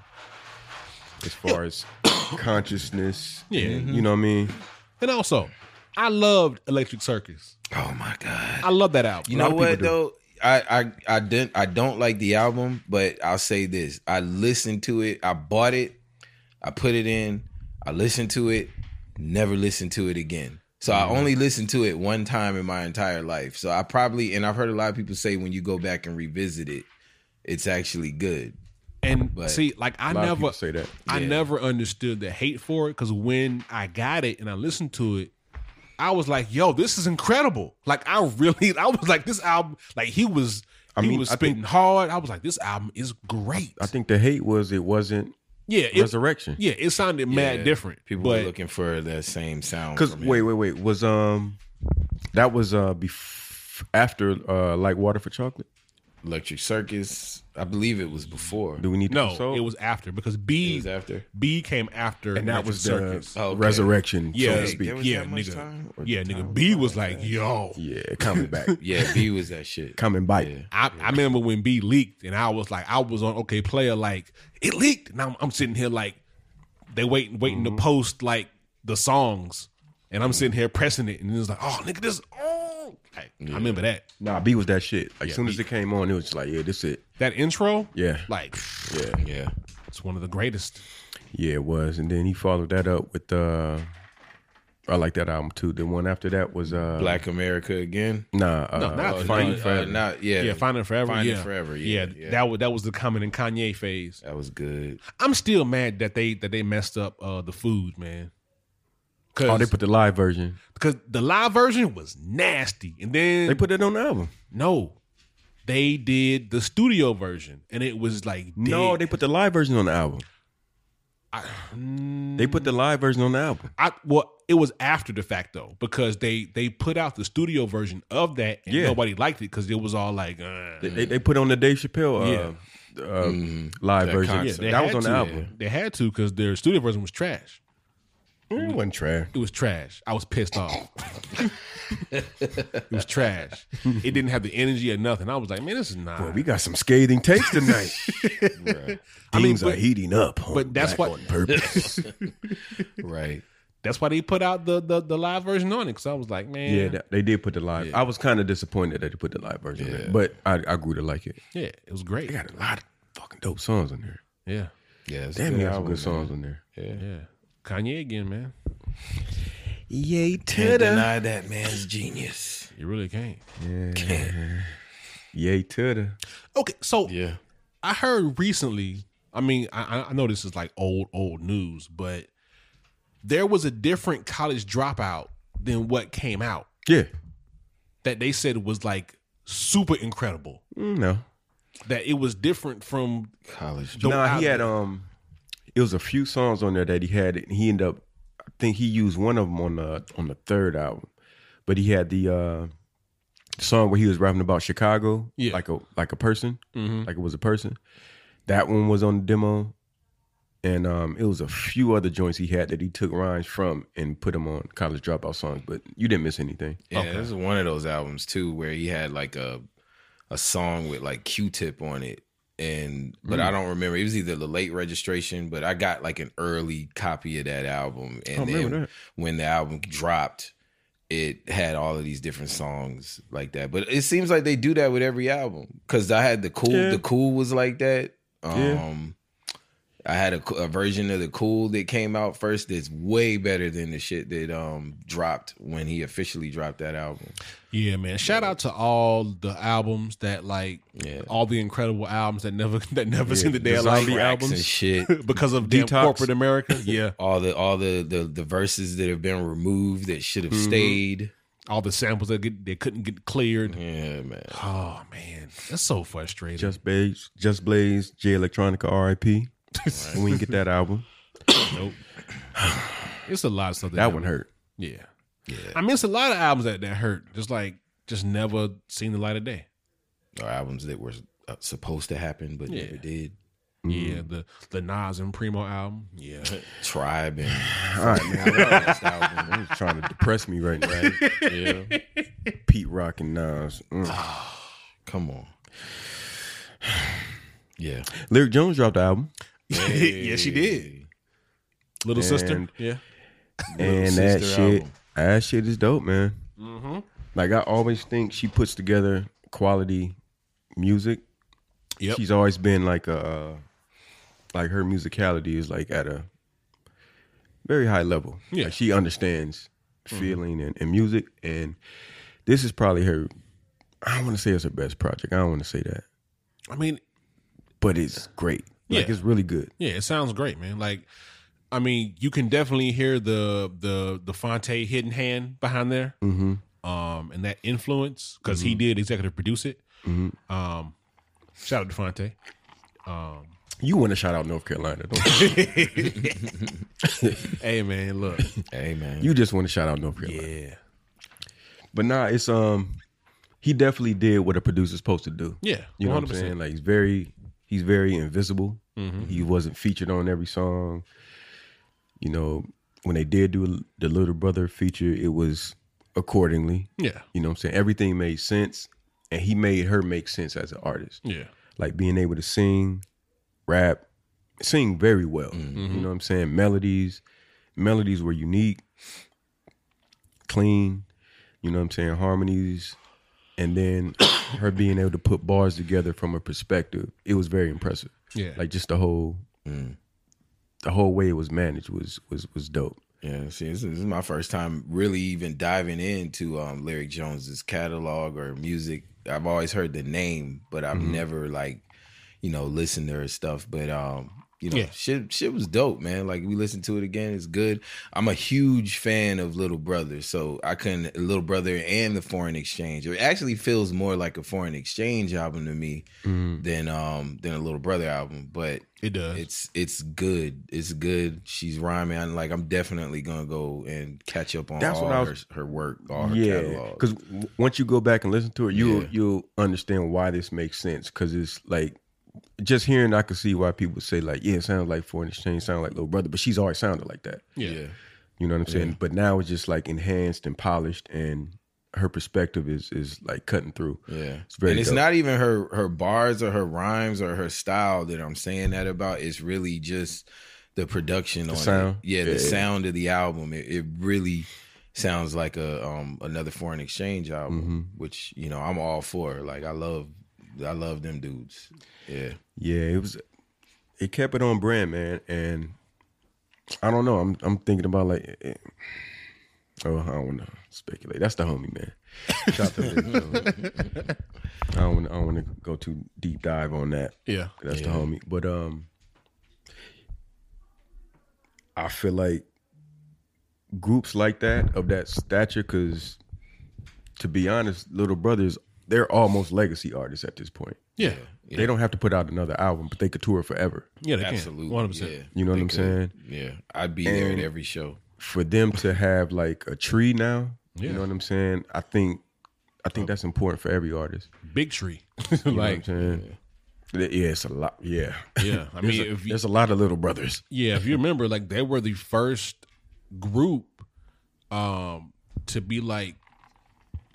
as far as consciousness. Yeah. Mm-hmm. and- you know what I mean. And also, I loved Electric Circus. Oh my god! I love that album. You lot know of people what do. though? I I I didn't. I don't like the album, but I'll say this: I listened to it. I bought it. I put it in. I listened to it. Never listened to it again. So Mm-hmm. I only listened to it one time in my entire life. So I probably and I've heard a lot of people say when you go back and revisit it, it's actually good. and but see, like I A lot of never people say that. I Yeah. never understood the hate for it because when I got it and I listened to it, I was like, yo, this is incredible. Like I really, [laughs] I was like, this album, like he was, I he mean, was I spitting hard. I was like, this album is great. I think the hate was it wasn't yeah, it, resurrection. yeah, it sounded mad Yeah. different. People but were looking for that same sound. Cause from him. wait, wait, wait. Was um that was uh bef- after uh like water for chocolate? Electric Circus, I believe it was before. Do we need no, to console? it was after because It B was after. B came after, and that Electric was Circus. the Oh, okay. resurrection, so Yeah, to Hey, speak. there was yeah, that much nigga. time? Or yeah, the nigga. time B was was like like, that? yo, Yeah, coming back. [laughs] Yeah, B was that shit. coming back. Yeah. I, I remember when B leaked, and I was like, I was on OK Player, like it leaked, and I'm, I'm sitting here like they waiting, waiting to post like the songs, and I'm sitting here pressing it, and it's like, oh nigga, this, oh, Like, I remember that Nah, B was that shit. Like, as Yeah, soon B- as it came on, it was just like, yeah, this it. that intro, Yeah. like Yeah, Yeah. it's one of the greatest. yeah, it was. And then he followed that up with uh, I like that album too. The one after that was uh, Black America again. Nah, uh, No, not Finding no, Forever. Uh, not, yeah. Yeah, Finding Forever, Finding yeah. Forever, yeah, yeah. that was that was the coming in Kanye phase. That [laughs] was good. I'm still mad that they that they messed up uh the food, man. Cause, oh, they put the live version. 'cause the live version was nasty, and then They put it on the album. No, they did the studio version, and it was like No, dead. they put the live version on the album. they put the live version on the album. I well, it was after the fact though, because they they put out the studio version of that, and Yeah. nobody liked it because it was all like, uh, They, they, they put on the Dave Chappelle uh, uh, live Mm-hmm. That version. yeah, concept. they that had was on the to. album. They had to because their studio version was trash. It wasn't trash. It was trash. I was pissed off. it was trash. It didn't have the energy or nothing. I was like, man, this is not. Boy, we got some scathing takes tonight. [laughs] I mean, Things are but, heating up. on but that's Black what- on [laughs] purpose. Right. that's why they put out the the, the live version on it. Because I was like, man, yeah, that, they did put the live. I was kind of disappointed that they put the live version, in, but I, I grew to like it. yeah, it was great. They got a lot of fucking dope songs on there. Yeah, Yeah. it's Damn, good they got some album, good songs on there. yeah. Kanye again, man. Yay man. to Deny that man's genius. You really can't. Yay to the. Okay, so Yeah. I heard recently. I mean, I, I- I know this is like old old news, but there was a different college dropout than what came out Yeah. that they said was like super incredible. Mm, No. That it was different from College. the nah, he out- had um, it was a few songs on there that he had. And he ended up, I think he used one of them on the on the third album, but he had the uh song where he was rapping about Chicago, Yeah. like a like a person, Mhm. like it was a person. That one was on the demo, and um, it was a few other joints he had that he took rhymes from and put them on College Dropout songs. But you didn't miss anything. Yeah, this is one of those albums too where he had like a a song with like Q-Tip on it, and Hmm. but I don't remember. It was either the late registration, but I got like an early copy of that album, and I then remember that. when the album dropped, it had all of these different songs like that. But it seems like they do that with every album because I had the cool. Yeah. The cool was like that. Um, Yeah. I had a, a version of the cool that came out first that's way better than the shit that um dropped when he officially dropped that album. Yeah, man. Shout out to all the albums that like Yeah. all the incredible albums that never [laughs] that never seen the day the of light zombie Tracks and [laughs] albums. shit. because of damn Detox. [laughs] corporate America. Yeah. all the all the, the the verses that have been removed that should have stayed. all the samples that get, they couldn't get cleared. Yeah, man. Oh man, that's so frustrating. Just Blaze, Just Blaze, J Electronica, R.I.P. And we didn't get that album. nope. [sighs] it's a lot of stuff that, That one hurt. Yeah, yeah. I mean, it's a lot of albums that that hurt. Just like just never seen the light of day. Or albums that were uh, supposed to happen but Yeah. never did. Mm. Yeah, the the Nas and [laughs] Primo album. Yeah, Tribe and All right, man. last album. You're trying to depress me right now. [laughs] Yeah. Pete Rock and Nas. Mm. Come on. [sighs] Yeah. Lyric Jones dropped the album. yeah, she did. Little sister. And- Yeah, and Sister that shit, album. Mm-hmm. that shit is dope, man. Like I always think she puts together quality music. Yep. she's always been like a, uh, like her musicality is like at a very high level. Yeah. Like, she understands Mm-hmm. feeling and, and music, and this is probably her. I don't want to say it's her best project. I don't want to say that, I mean, but it's great. Like Yeah. it's really good. yeah, it sounds great, man. Like I mean, you can definitely hear the the the Fonte hidden hand behind there, Mm-hmm. um, and that influence because he did executive produce it. Mm-hmm. Um, shout out to [laughs] Fonte. You want to shout out North Carolina. Don't [laughs] you? Hey man, look, Hey man, you just want to shout out North Carolina. yeah, But nah, it's um he definitely did what a producer's supposed to do. yeah, You know what I'm 100%. saying? Like he's very he's very invisible. Mm-hmm. He wasn't featured on every song. You know, when they did do the Little Brother feature, it was accordingly. Yeah, You know what I'm saying? Everything made sense and he made her make sense as an artist. yeah, Like being able to sing, rap, sing very well. You know what I'm saying? Melodies, melodies were unique, clean, you know what I'm saying? Harmonies and then [coughs] her being able to put bars together from a perspective. It was very impressive. yeah. Like just the whole the whole way it was managed was was was dope. Yeah, see, this is, this is my first time really even diving into um, Lyric Jones's catalog or music. I've always heard the name, but I've never like, you know, listened to her stuff. But um, you know, Yeah. shit, shit was dope, man. Like we listened to it again. It's good. I'm a huge fan of Little Brother, so I couldn't Little Brother and the Foreign Exchange. It actually feels more like a Foreign Exchange album to me than um than a Little Brother album, but it does. it's it's good. It's good. She's rhyming. I'm like I'm definitely gonna go and catch up on That's all what I was- her, her work, all her yeah, catalog. because once you go back and listen to it, you will Yeah. you'll understand why this makes sense. Because it's like just hearing, I could see why people say like, "Yeah, it sounds like Foreign Exchange, sound like Little Brother," but she's always sounded like that. yeah. yeah. You know what I'm saying? But now it's just like enhanced and polished, and her perspective is is like cutting through. Yeah. It's very and it's dope. not even her her bars or her rhymes or her style that I'm saying that about. It's really just the production on it. sound? Yeah, Yeah. the sound of the album. It, it really sounds like a um another foreign exchange album, Mm-hmm. which you know I'm all for. Like I love I love them dudes. Yeah. Yeah, it was. It kept it on brand, man, and I don't know. I'm I'm thinking about like, eh, eh. oh, I don't want to speculate. That's the homie, man. Shout out to Big Joe. I don't want I don't want to go too deep dive on that. Yeah. That's the homie. But um, I feel like groups like that of that stature, because to be honest, Little Brothers, they're almost legacy artists at this point. Yeah. They don't have to put out another album, but they could tour forever. Yeah. They Absolutely. Absolutely. One hundred percent. Yeah. You know what They I'm could. saying? Yeah. I'd be there at And- every show. For them to have like a tree now, you Yeah. know what I'm saying? I think, I think that's important for every artist. Big tree. [laughs] You like. know what I'm saying? Yeah. it's a lot. Yeah, [laughs] Yeah. I There's mean, a- if you, there's a lot of little brothers. Yeah, if you remember, like they were the first group um to be like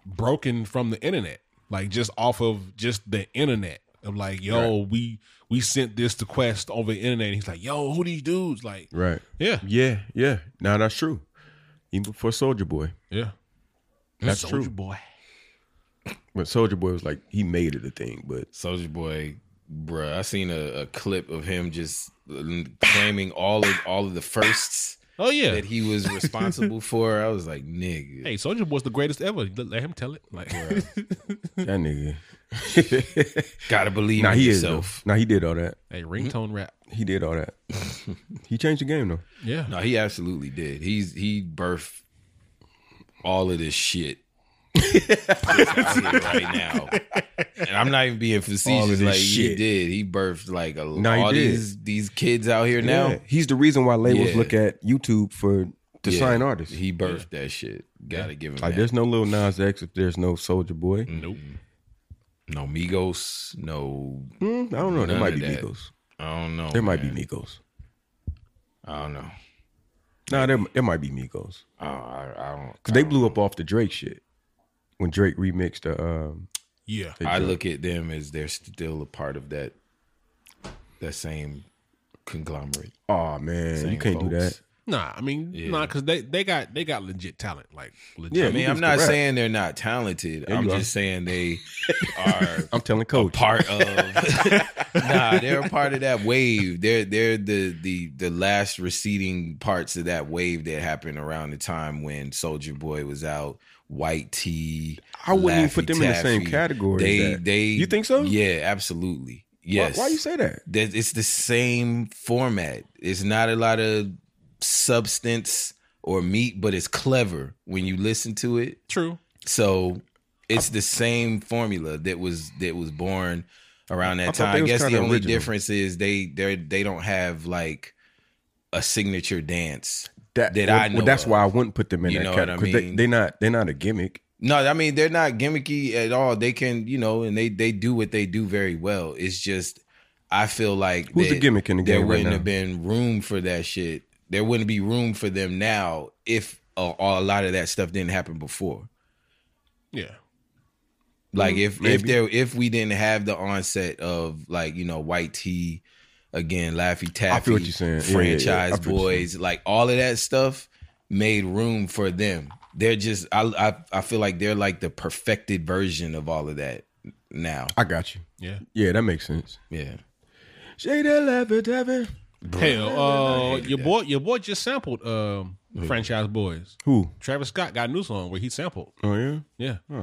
broken from the internet. Like just off of just the internet. Of like, yo, we we sent this to Quest over the internet and he's like, Yo, who these dudes? Like Right. Yeah. Yeah, yeah. Now that's true. Even before Soldier Boy, Yeah. That's Soulja true. Boy. when Soldier Boy was like he made it a thing, but Soldier Boy, bruh. I seen a, a clip of him just uh, claiming all of all of the firsts Oh yeah. that he was responsible for. I was like, nigga. Hey, Soldier Boy's the greatest ever. Let let him tell it. Like that nigga. Gotta believe Now in he is. Now yourself. nah, he did all that. Hey, Mm-hmm. ringtone rap. He did all that. he changed the game though. Yeah. No, he absolutely did. He's he birthed all of [laughs] this shit. That's out here right now, and I'm not even being All of facetious. this Like he shit. did, he birthed like a, No, he all did. these these kids out here now. Yeah. he's the reason why labels Yeah. look at YouTube for to Yeah. sign artists. He birthed that shit. Gotta give him like that. there's no little Nas X if there's no Soldier Boy. Mm. Nope. No Migos. No, Mm, I don't know. There None might of be that. Migos. I don't know. There might man. be Migos. I don't know. Nah, there there might be Migos. I don't. I, I don't, Cause they blew up off the Drake shit when Drake remixed the. Um, Yeah. the I joint. look at them as they're still a part of that that same conglomerate. Oh man, you Same can't do folks. that. Nah, I mean, nah, cause they, they got they got legit talent. Like legit. Yeah, I mean, Migos I'm not can rap. saying they're not talented. Yeah, I'm you just are. saying they are I'm telling Coach. part of. [laughs] nah, they're a part of that wave. They're they're the the the last receding parts of that wave that happened around the time when Soldier Boy was out. White Tea. I wouldn't even Laffy put them in the same Taffy. category as They that. they. You think so? Yeah, absolutely. Yes. Why, why you say that? that it's the same format. It's not a lot of substance or meat, but it's clever when you listen to it. True. So it's the same formula that was that was born around that I thought they time. I was guess the kinda only original. difference is they they they don't have like a signature dance. That, That well, I well, know that's of. why I wouldn't put them in You that know what I category. 'cause mean? they, they not they're not a gimmick. No, I mean they're not gimmicky at all. They can you know, and they they do what they do very well. It's just I feel like Who's the that gimmick in the there game right wouldn't now? have been room for that shit. There wouldn't be room for them now if a, a lot of that stuff didn't happen before. Yeah. Like if if Mm, Maybe. there if we didn't have the onset of like you know white tea again, Laffy Taffy, feel what you're saying. Yeah, yeah, yeah. I franchise feel what you're boys, like all of that stuff made room for them. They're just I I I feel like they're like the perfected version of all of that now. I got you. Yeah. Yeah, that makes sense. Yeah, Shade that lever, Devin. Hell, uh, your boy, your boy just sampled um, franchise boys. Who? Travis Scott got a new song where he sampled. Oh yeah. [laughs] Yeah,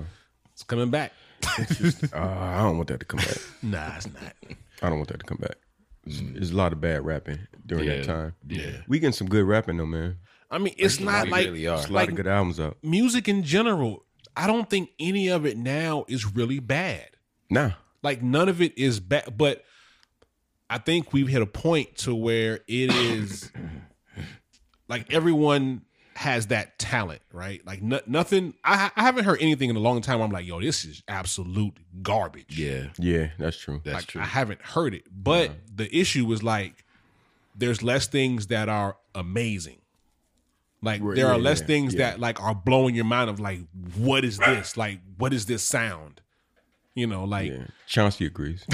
it's coming back. Uh, I don't want that to come back. Nah, it's not. I don't want that to come back. There's a lot of bad rapping during Mm. Yeah. that time. Yeah. We getting some good rapping though, man. I mean, it's not we like really are. A lot like of good albums out. music in general. I don't think any of it now is really bad. Nah. Like none of it is bad, but I think we've hit a point to where it [coughs] is like everyone has that talent, right? Like no, nothing. I, I haven't heard anything in a long time. Where I'm like, yo, this is absolute garbage. yeah, Yeah, that's true. that's like I haven't heard it. But the issue is like there's less things that are amazing. Like Right, there are yeah, less yeah, things yeah. that like are blowing your mind of like what is this? Like what is this sound? You know, like Yeah. Chauncey agrees.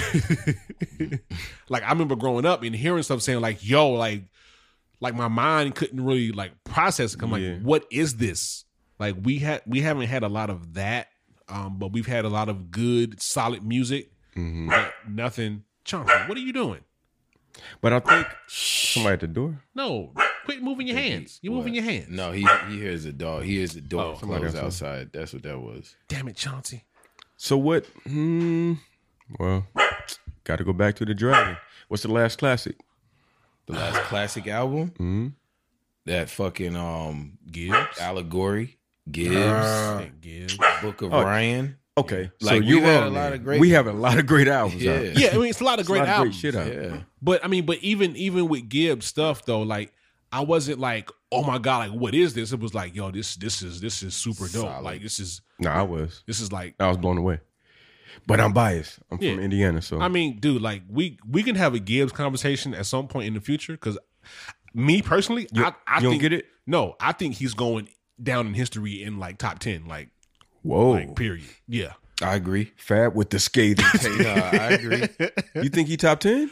like I remember growing up and hearing stuff saying like yo like like my mind couldn't really like process it. I'm like Yeah. what is this? Like we had we haven't had a lot of that um but we've had a lot of good solid music. But nothing. Chauncey, what are you doing? But I [laughs] think somebody at the door. No, quit moving your hands. You're moving your hands. No, he he hears a dog. He hears the door close Oh, else, huh? outside. That's what that was. Damn it, Chauncey. So what? Hmm, well, got to go back to the dragon. What's the last classic? The last classic album. That fucking um Gibbs. allegory Gibbs Uh, Gibbs. Book of Oh. Ryan. Okay, Like, so you we've had wrong, a lot of man. great- We have a lot of great albums. Yeah. out. It's Yeah, I mean it's a lot of a great lot of albums. great shit out. Yeah. But I mean, but even even with Gibbs stuff though, like I wasn't like, oh my god, like what is this? It was like, yo, this this is this is super dope. Solid. Like this is Nah, I was, this is like I was blown away. But I'm biased. I'm Yeah. from Indiana, so I mean, dude, like we we can have a Gibbs conversation at some point in the future because me personally, I, I you don't think, get it? No, I think he's going down in history in like top ten, like whoa, like period. Yeah. I agree. Fab with the scathing [laughs] take. No, I agree. you think he top ten?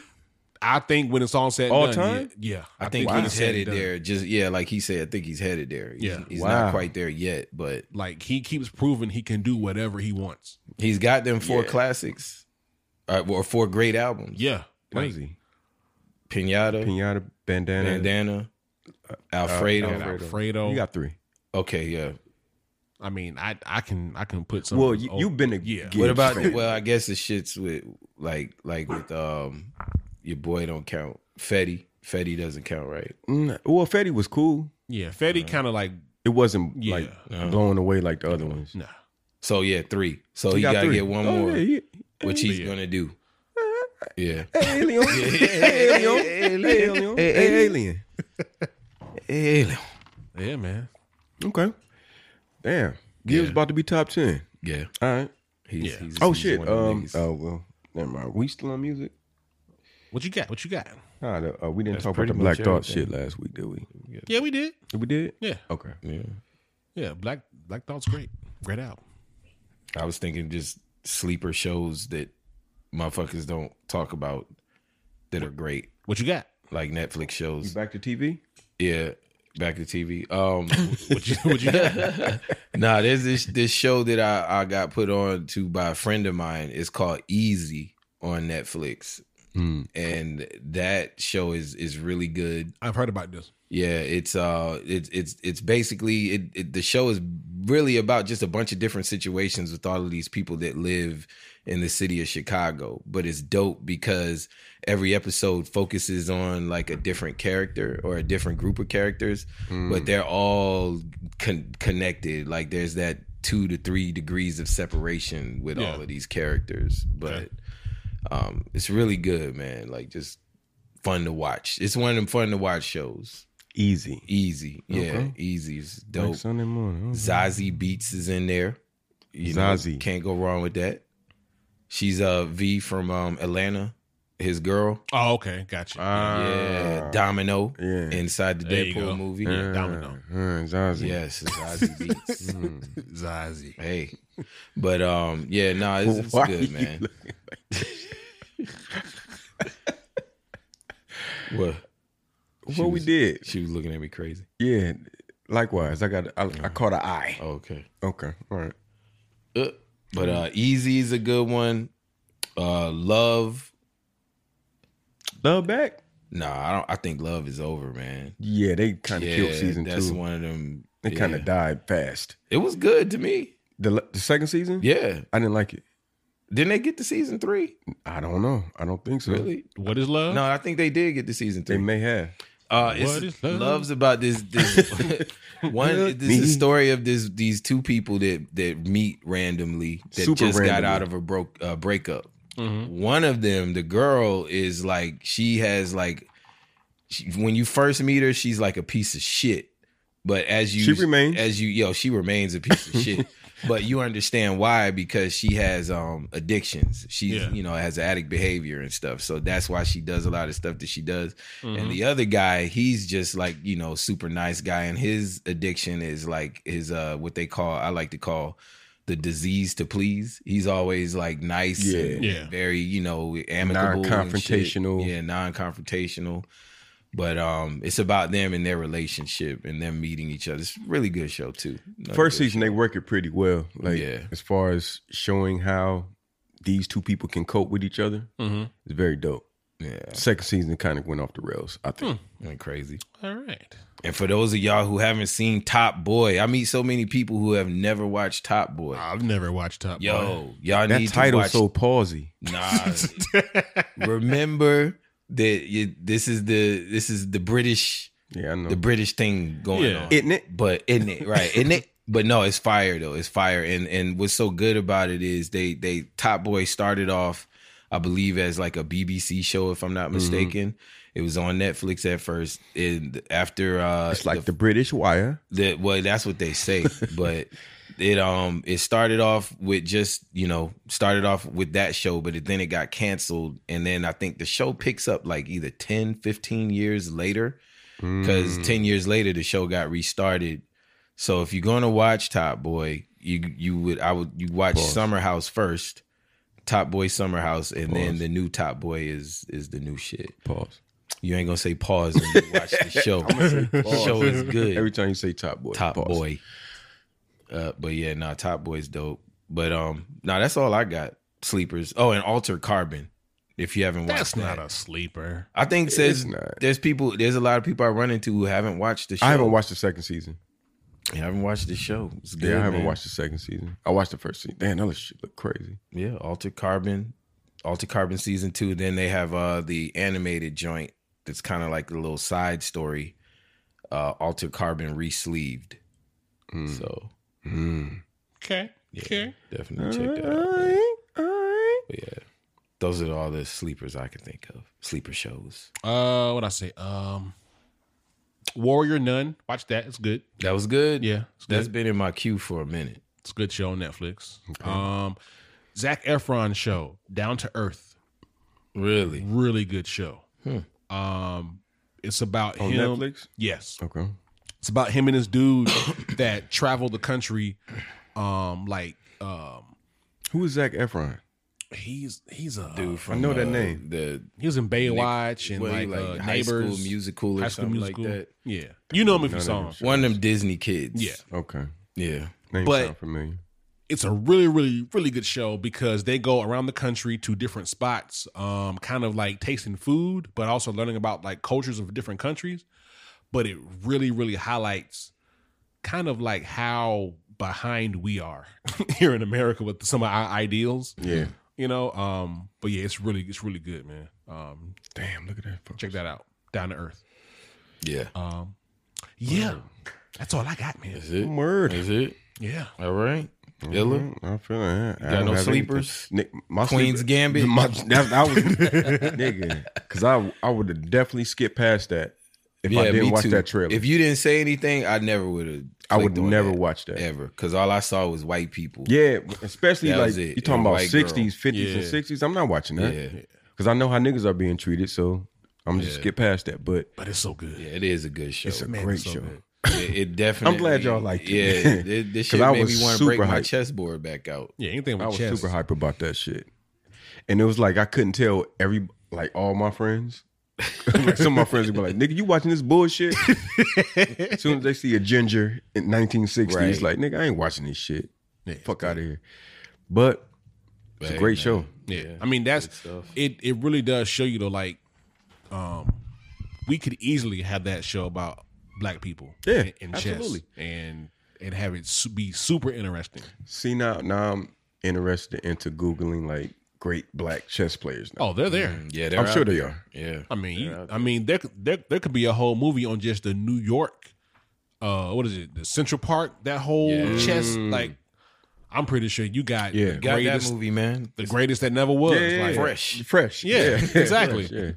I think when it's all said and All done, time? Yeah, yeah. [laughs] I think when he's it's said and headed done, there. Just yeah, like he said, I think he's headed there. He's, Yeah. he's Wow. not quite there yet, but Like he keeps proving he can do whatever he wants. he's got them four Yeah. classics, uh, or four great albums: Yeah, like, Crazy. Pinata, Pinata, bandana, Bandana, Alfredo. Alfredo. Alfredo. You got three. Okay, yeah. I mean, I I can I can put some. Well, you, oh, you've been a yeah. Gibbs what about? fan. Well, I guess the shits with like like with um your boy don't count. Fetty, Fetty doesn't count, right? Mm, well, Fetty was cool. yeah. Fetty kind of like It wasn't Yeah. like blowing away like the other ones. nah. So yeah, three. So he, got gotta three. get one Oh, more, yeah, [laughs] he- which he's gonna do. Yeah. [laughs] Hey, alien. Hey, alien. Hey, [laughs] alien. Hey, alien. Yeah, man. Okay. Damn. Gibbs about to be top 10. Yeah. All right. He's, Yeah. he's, Oh, he's shit. one of them Um, niggas. oh, well. Never mind. We still on music? What you got? What you got? Nah, the- uh, we didn't talk about pretty the Black much Thought everything. shit last week, did we? Yeah, we did. We did? Yeah, Okay. yeah. yeah. Black Black Thought's great. Great album. I was thinking just sleeper shows that motherfuckers don't talk about that are great, What you got? like Netflix shows. Back to TV? Yeah, back to TV. [laughs] Um, What you what you got? [laughs] nah, there's this this show that I I got put on to by a friend of mine. It's called Easy on Netflix, and that show is is really good. [laughs] I've heard about this. Yeah, it's uh, it's it's it's basically it, it. The show is really about just a bunch of different situations with all of these people that live in the city of Chicago. But it's dope because every episode focuses on like a different character or a different group of characters, but they're all con- connected. Like there's that two to three degrees of separation with Yeah. all of these characters, but. Um, it's really good, man. Like just fun to watch. It's one of them fun to watch shows. Easy. Easy, yeah, Okay. easy. It's Like dope. Sunday morning. okay. Zazie Beats is in there. You know, Zazie. can't go wrong with that. She's uh V from um Atlanta, his girl. Oh, okay, gotcha. yeah, Ah, Domino. yeah. inside the There you go. Deadpool movie. uh, Domino. uh, Zazie. Yes, [laughs] it's Zazie Beats. Zazie. hey, but um, yeah, nah, it's, it's Why good, you man. What? What we did? She was looking at me crazy. Yeah. Likewise, I got. I, I caught an eye. Okay. Okay. All right. Uh, But uh Easy is a good one. Uh Love. Love back. Nah, I don't I think love is over, man. Yeah, they kind of yeah, killed season that's two. one of them. They yeah. kind of died fast. It was good to me. The le- the second season. Yeah. I didn't like it. Didn't they get to season three? I don't know. I don't think so. Really? What is love? No, I think they did get to season They three. may have. Uh, it's, What is love? Love's about this. this [laughs] one, this is the story of this these two people that that meet randomly that Super just got randomly. out of a broke uh, breakup. Mhm. One of them, the girl, is like she has like she, when you first meet her, she's like a piece of shit. But as you She remains. as you yo, she remains a piece [laughs] of shit. But you understand why because she has um addictions. She's Yeah. you know has addict behavior and stuff. So that's why she does a lot of stuff that she does. And Mm-hmm. the other guy, he's just like you know super nice guy, and his addiction is like his uh what they call I like to call the disease to please. He's always like nice, Yeah. and Yeah. very you know amicable, and shit. Non-confrontational. yeah, non-confrontational. But um, it's about them and their relationship and them meeting each other. It's a really good show too. Another First good season, they work it pretty well. Like Yeah. as far as showing how these two people can cope with each other, Mhm. it's very dope. show. yeah, Second season kind of went off the rails. I think. went crazy. All right. And for those of y'all who haven't seen Top Boy, I meet so many people who have never watched Top Boy. I've never watched Top [laughs] Boy. Yo, y'all That need title to watch. [laughs] so palsy. Nah, remember that you, this is the this is the British Yeah, I know. the British thing going Yeah. on. Isn't it? but isn't it right [laughs] isn't it but no it's fire though it's fire and and what's so good about it is they they top boy started off i believe as like a bbc show if i'm not Mm-hmm. mistaken it was on netflix at first and after uh It's like the, British Wire. that well that's what [laughs] they say but it um it started off with just you know started off with that show but it, then it got canceled and then i think the show picks up like either 10 15 years later Mm. Mm-hmm. because 10 years later the show got restarted so if you're gonna watch top boy you you would i would you watch summer house first top boy summer house and then the new top boy is is the new shit Pause. you ain't gonna say pause when you [laughs] watch the show the show is good Every time you say Top Boy, Top pause. Boy. Uh, but yeah, nah, Top Boy's dope. But um, nah, that's all I got. Sleepers. Oh, and Alter Carbon. If you haven't That's watched not that, a sleeper. I think says not. there's people. There's a lot of people I run into who haven't watched the show. I haven't watched the second season. I haven't watched the show. It's Yeah, good, I haven't man. watched the second season. I watched the first season. Damn, that shit look crazy. Yeah, Alter Carbon. Alter Carbon season two. Then they have uh the animated joint that's kind of like the little side story. Uh, Alter Carbon re-sleeved. Hmm. So Mm. Okay. Okay. definitely check that out. All right, all right. But yeah, those are all the sleepers I can think of. Sleeper shows. Uh, what I say? Um, Warrior Nun. Watch that. It's good. That was good. Yeah, it's that's good. been in my queue for a minute. It's a good show on Netflix. Um, Zach Efron show. Down to Earth. Really? Really good show. Um, it's about On him. Netflix. Yes. Okay. It's about him and this dude [coughs] that traveled the country. Um, like um, Who is Zach Efron? he's he's a Dude, from, know that uh, name. The He was in Baywatch and what, like, uh, High Neighbors, School Musical or High School something Musical. like that. Yeah, you know him if you saw him. One of them Disney kids. Yeah. Okay. yeah. Name But- sound familiar. it's a really, really, really good show because they go around the country to different spots, um, kind of like tasting food, but also learning about like cultures of different countries. But it really, really highlights kind of like how behind we are [laughs] here in America with some of our ideals. Yeah. You know, um, but yeah, it's really, it's really good, man. Um, Damn, look at that. folks. check that out. Down to earth. Yeah. Yeah. That's all I got, man. That's it. Word. That's it. Yeah. All right. Mm-hmm. Illa. Mm, I'm feeling that. I got don't no have sleepers? anything. Nick, my Queen's sleeper- Gambit? My, that's, I [laughs] was, nigga, because I I would have definitely skipped past that if I didn't me watch too. that trailer. If you didn't say anything, I never would have. I would clicked on never that, watch that. ever because all I saw was white people. Yeah, especially That like was it. you're It talking was about white girl. sixties, fifties, and Yeah. sixties. I'm not watching yeah, that yeah, because I know how niggas are being treated. So I'm just Yeah. skip past that. But But it's so good. It is a good show. it's a Man, great it's so show. good. [laughs] it, it definitely. glad y'all liked it. [laughs] Yeah, it, this 'Cause shit I made was me want to super break my hyped. chessboard back out. Yeah, anything with I was chess. super hype about that shit, and it was like I couldn't tell every like all my friends. [laughs] like some of my friends would be like, "Nigga, you watching this [laughs] bullshit?" as soon as they see a ginger in 1960s, Right. like, "Nigga, I ain't watching this shit. Yeah. Fuck out of here." But it's a Hey, great man. show. Yeah. I mean that's it it really does show you though like um we could easily have that show about black people Yeah, in, in chess absolutely. and and have it su- be super interesting. See now, now I'm interested into googling like great black chess players. Now. Oh, they're there. Mm, Yeah, they're I'm sure out they there. are. Yeah, I mean, you, I mean there, could- there there could be a whole movie on just the New York uh what is it? The Central Park, that whole Yeah. chess like I'm pretty sure you got Yeah. the got greatest that movie, man. the greatest that never was. like, fresh. fresh. Yeah, [laughs] [laughs] exactly. fresh,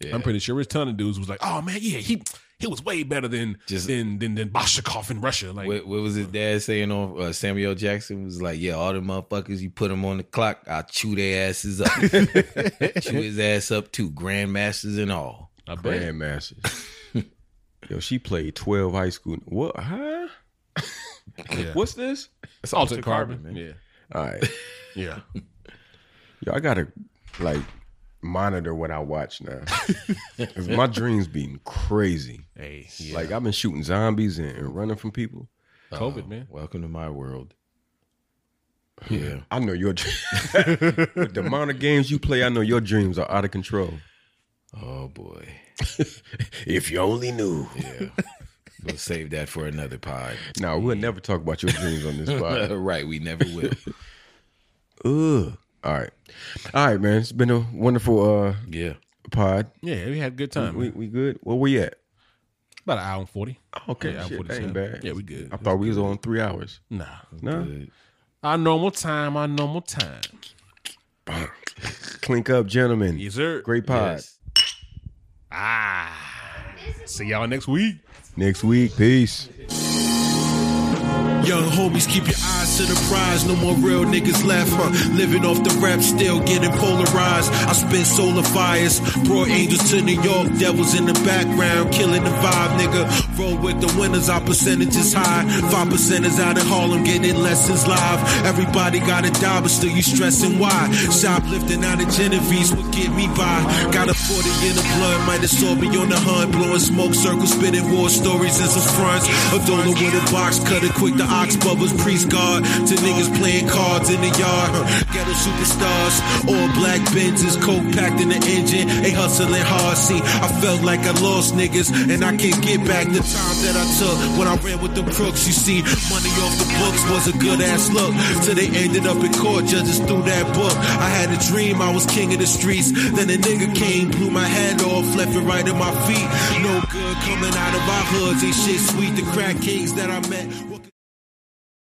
yeah. I'm pretty sure his ton of dudes was like, "Oh man, yeah, he he was way better than Just- than than than Bashikov in Russia." Like, What, what was his dad saying on uh, Samuel Jackson? Was like, yeah, all the motherfuckers, you put them on the clock, I chew their asses up, chew his ass up too, grandmasters and all. I bet. [laughs] Grandmasters. Yo, she played 12 high school. What? Huh? Yeah. What's this? It's altered carbon. carbon, Yeah, All right. yeah. [laughs] Yo, I gotta like monitor what I watch now. 'Cause my dreams being crazy. hey, yeah. Like I've been shooting zombies and, and running from people. COVID, man. Welcome to my world. Yeah, I know your dreams. [laughs] With the amount of games you play, I know your dreams are out of control. oh boy, If you only knew. yeah. we'll save that for another pod. [laughs] Now we'll never talk about your dreams on this podcast. right, we never will. Ugh. All right. All right, man. It's been a wonderful uh Yeah, pod. Yeah, we had a good time. We we good? Where we at? About an hour and forty. Okay, Yeah, I'm shit, that 47. ain't bad. Yeah, we good. I thought we was on three hours. Nah, No, Good. our normal time. Our normal time. clink up, gentlemen. Yes, sir. Great pod. Yes. Ah. See y'all next week. Next week, peace. Young homies, keep your eyes to the prize. No more real niggas left, huh? Living off the rap, still getting polarized. I spit solar fires, brought angels to New York, devils in the background, killing the vibe, nigga. Roll with the winners, our percentages high. Five percenters out in Harlem, getting lessons live. Everybody got a dollar, but still you stressing why? Shoplifting out of Genevieve's would get me by. Got a 40 in the blood, might as well be on the hunt, blowing smoke circles, spitting war stories and some fronts. A dollar with a box, cut it quick, the ox bubbles, priest guard. To niggas playing cards in the yard. Ghetto superstars, all black Benzes, coke packed in the engine. They hustling hard, see, I felt like I lost niggas, and I can't get back the time that I took when I ran with them crooks. You see, money off the books was a good ass look. Till they ended up in court, judges threw that book. I had a dream, I was king of the streets. Then a nigga came, blew my head off, left and right at my feet. No good coming out of our hoods, ain't shit sweet. The crack kings that I met. were-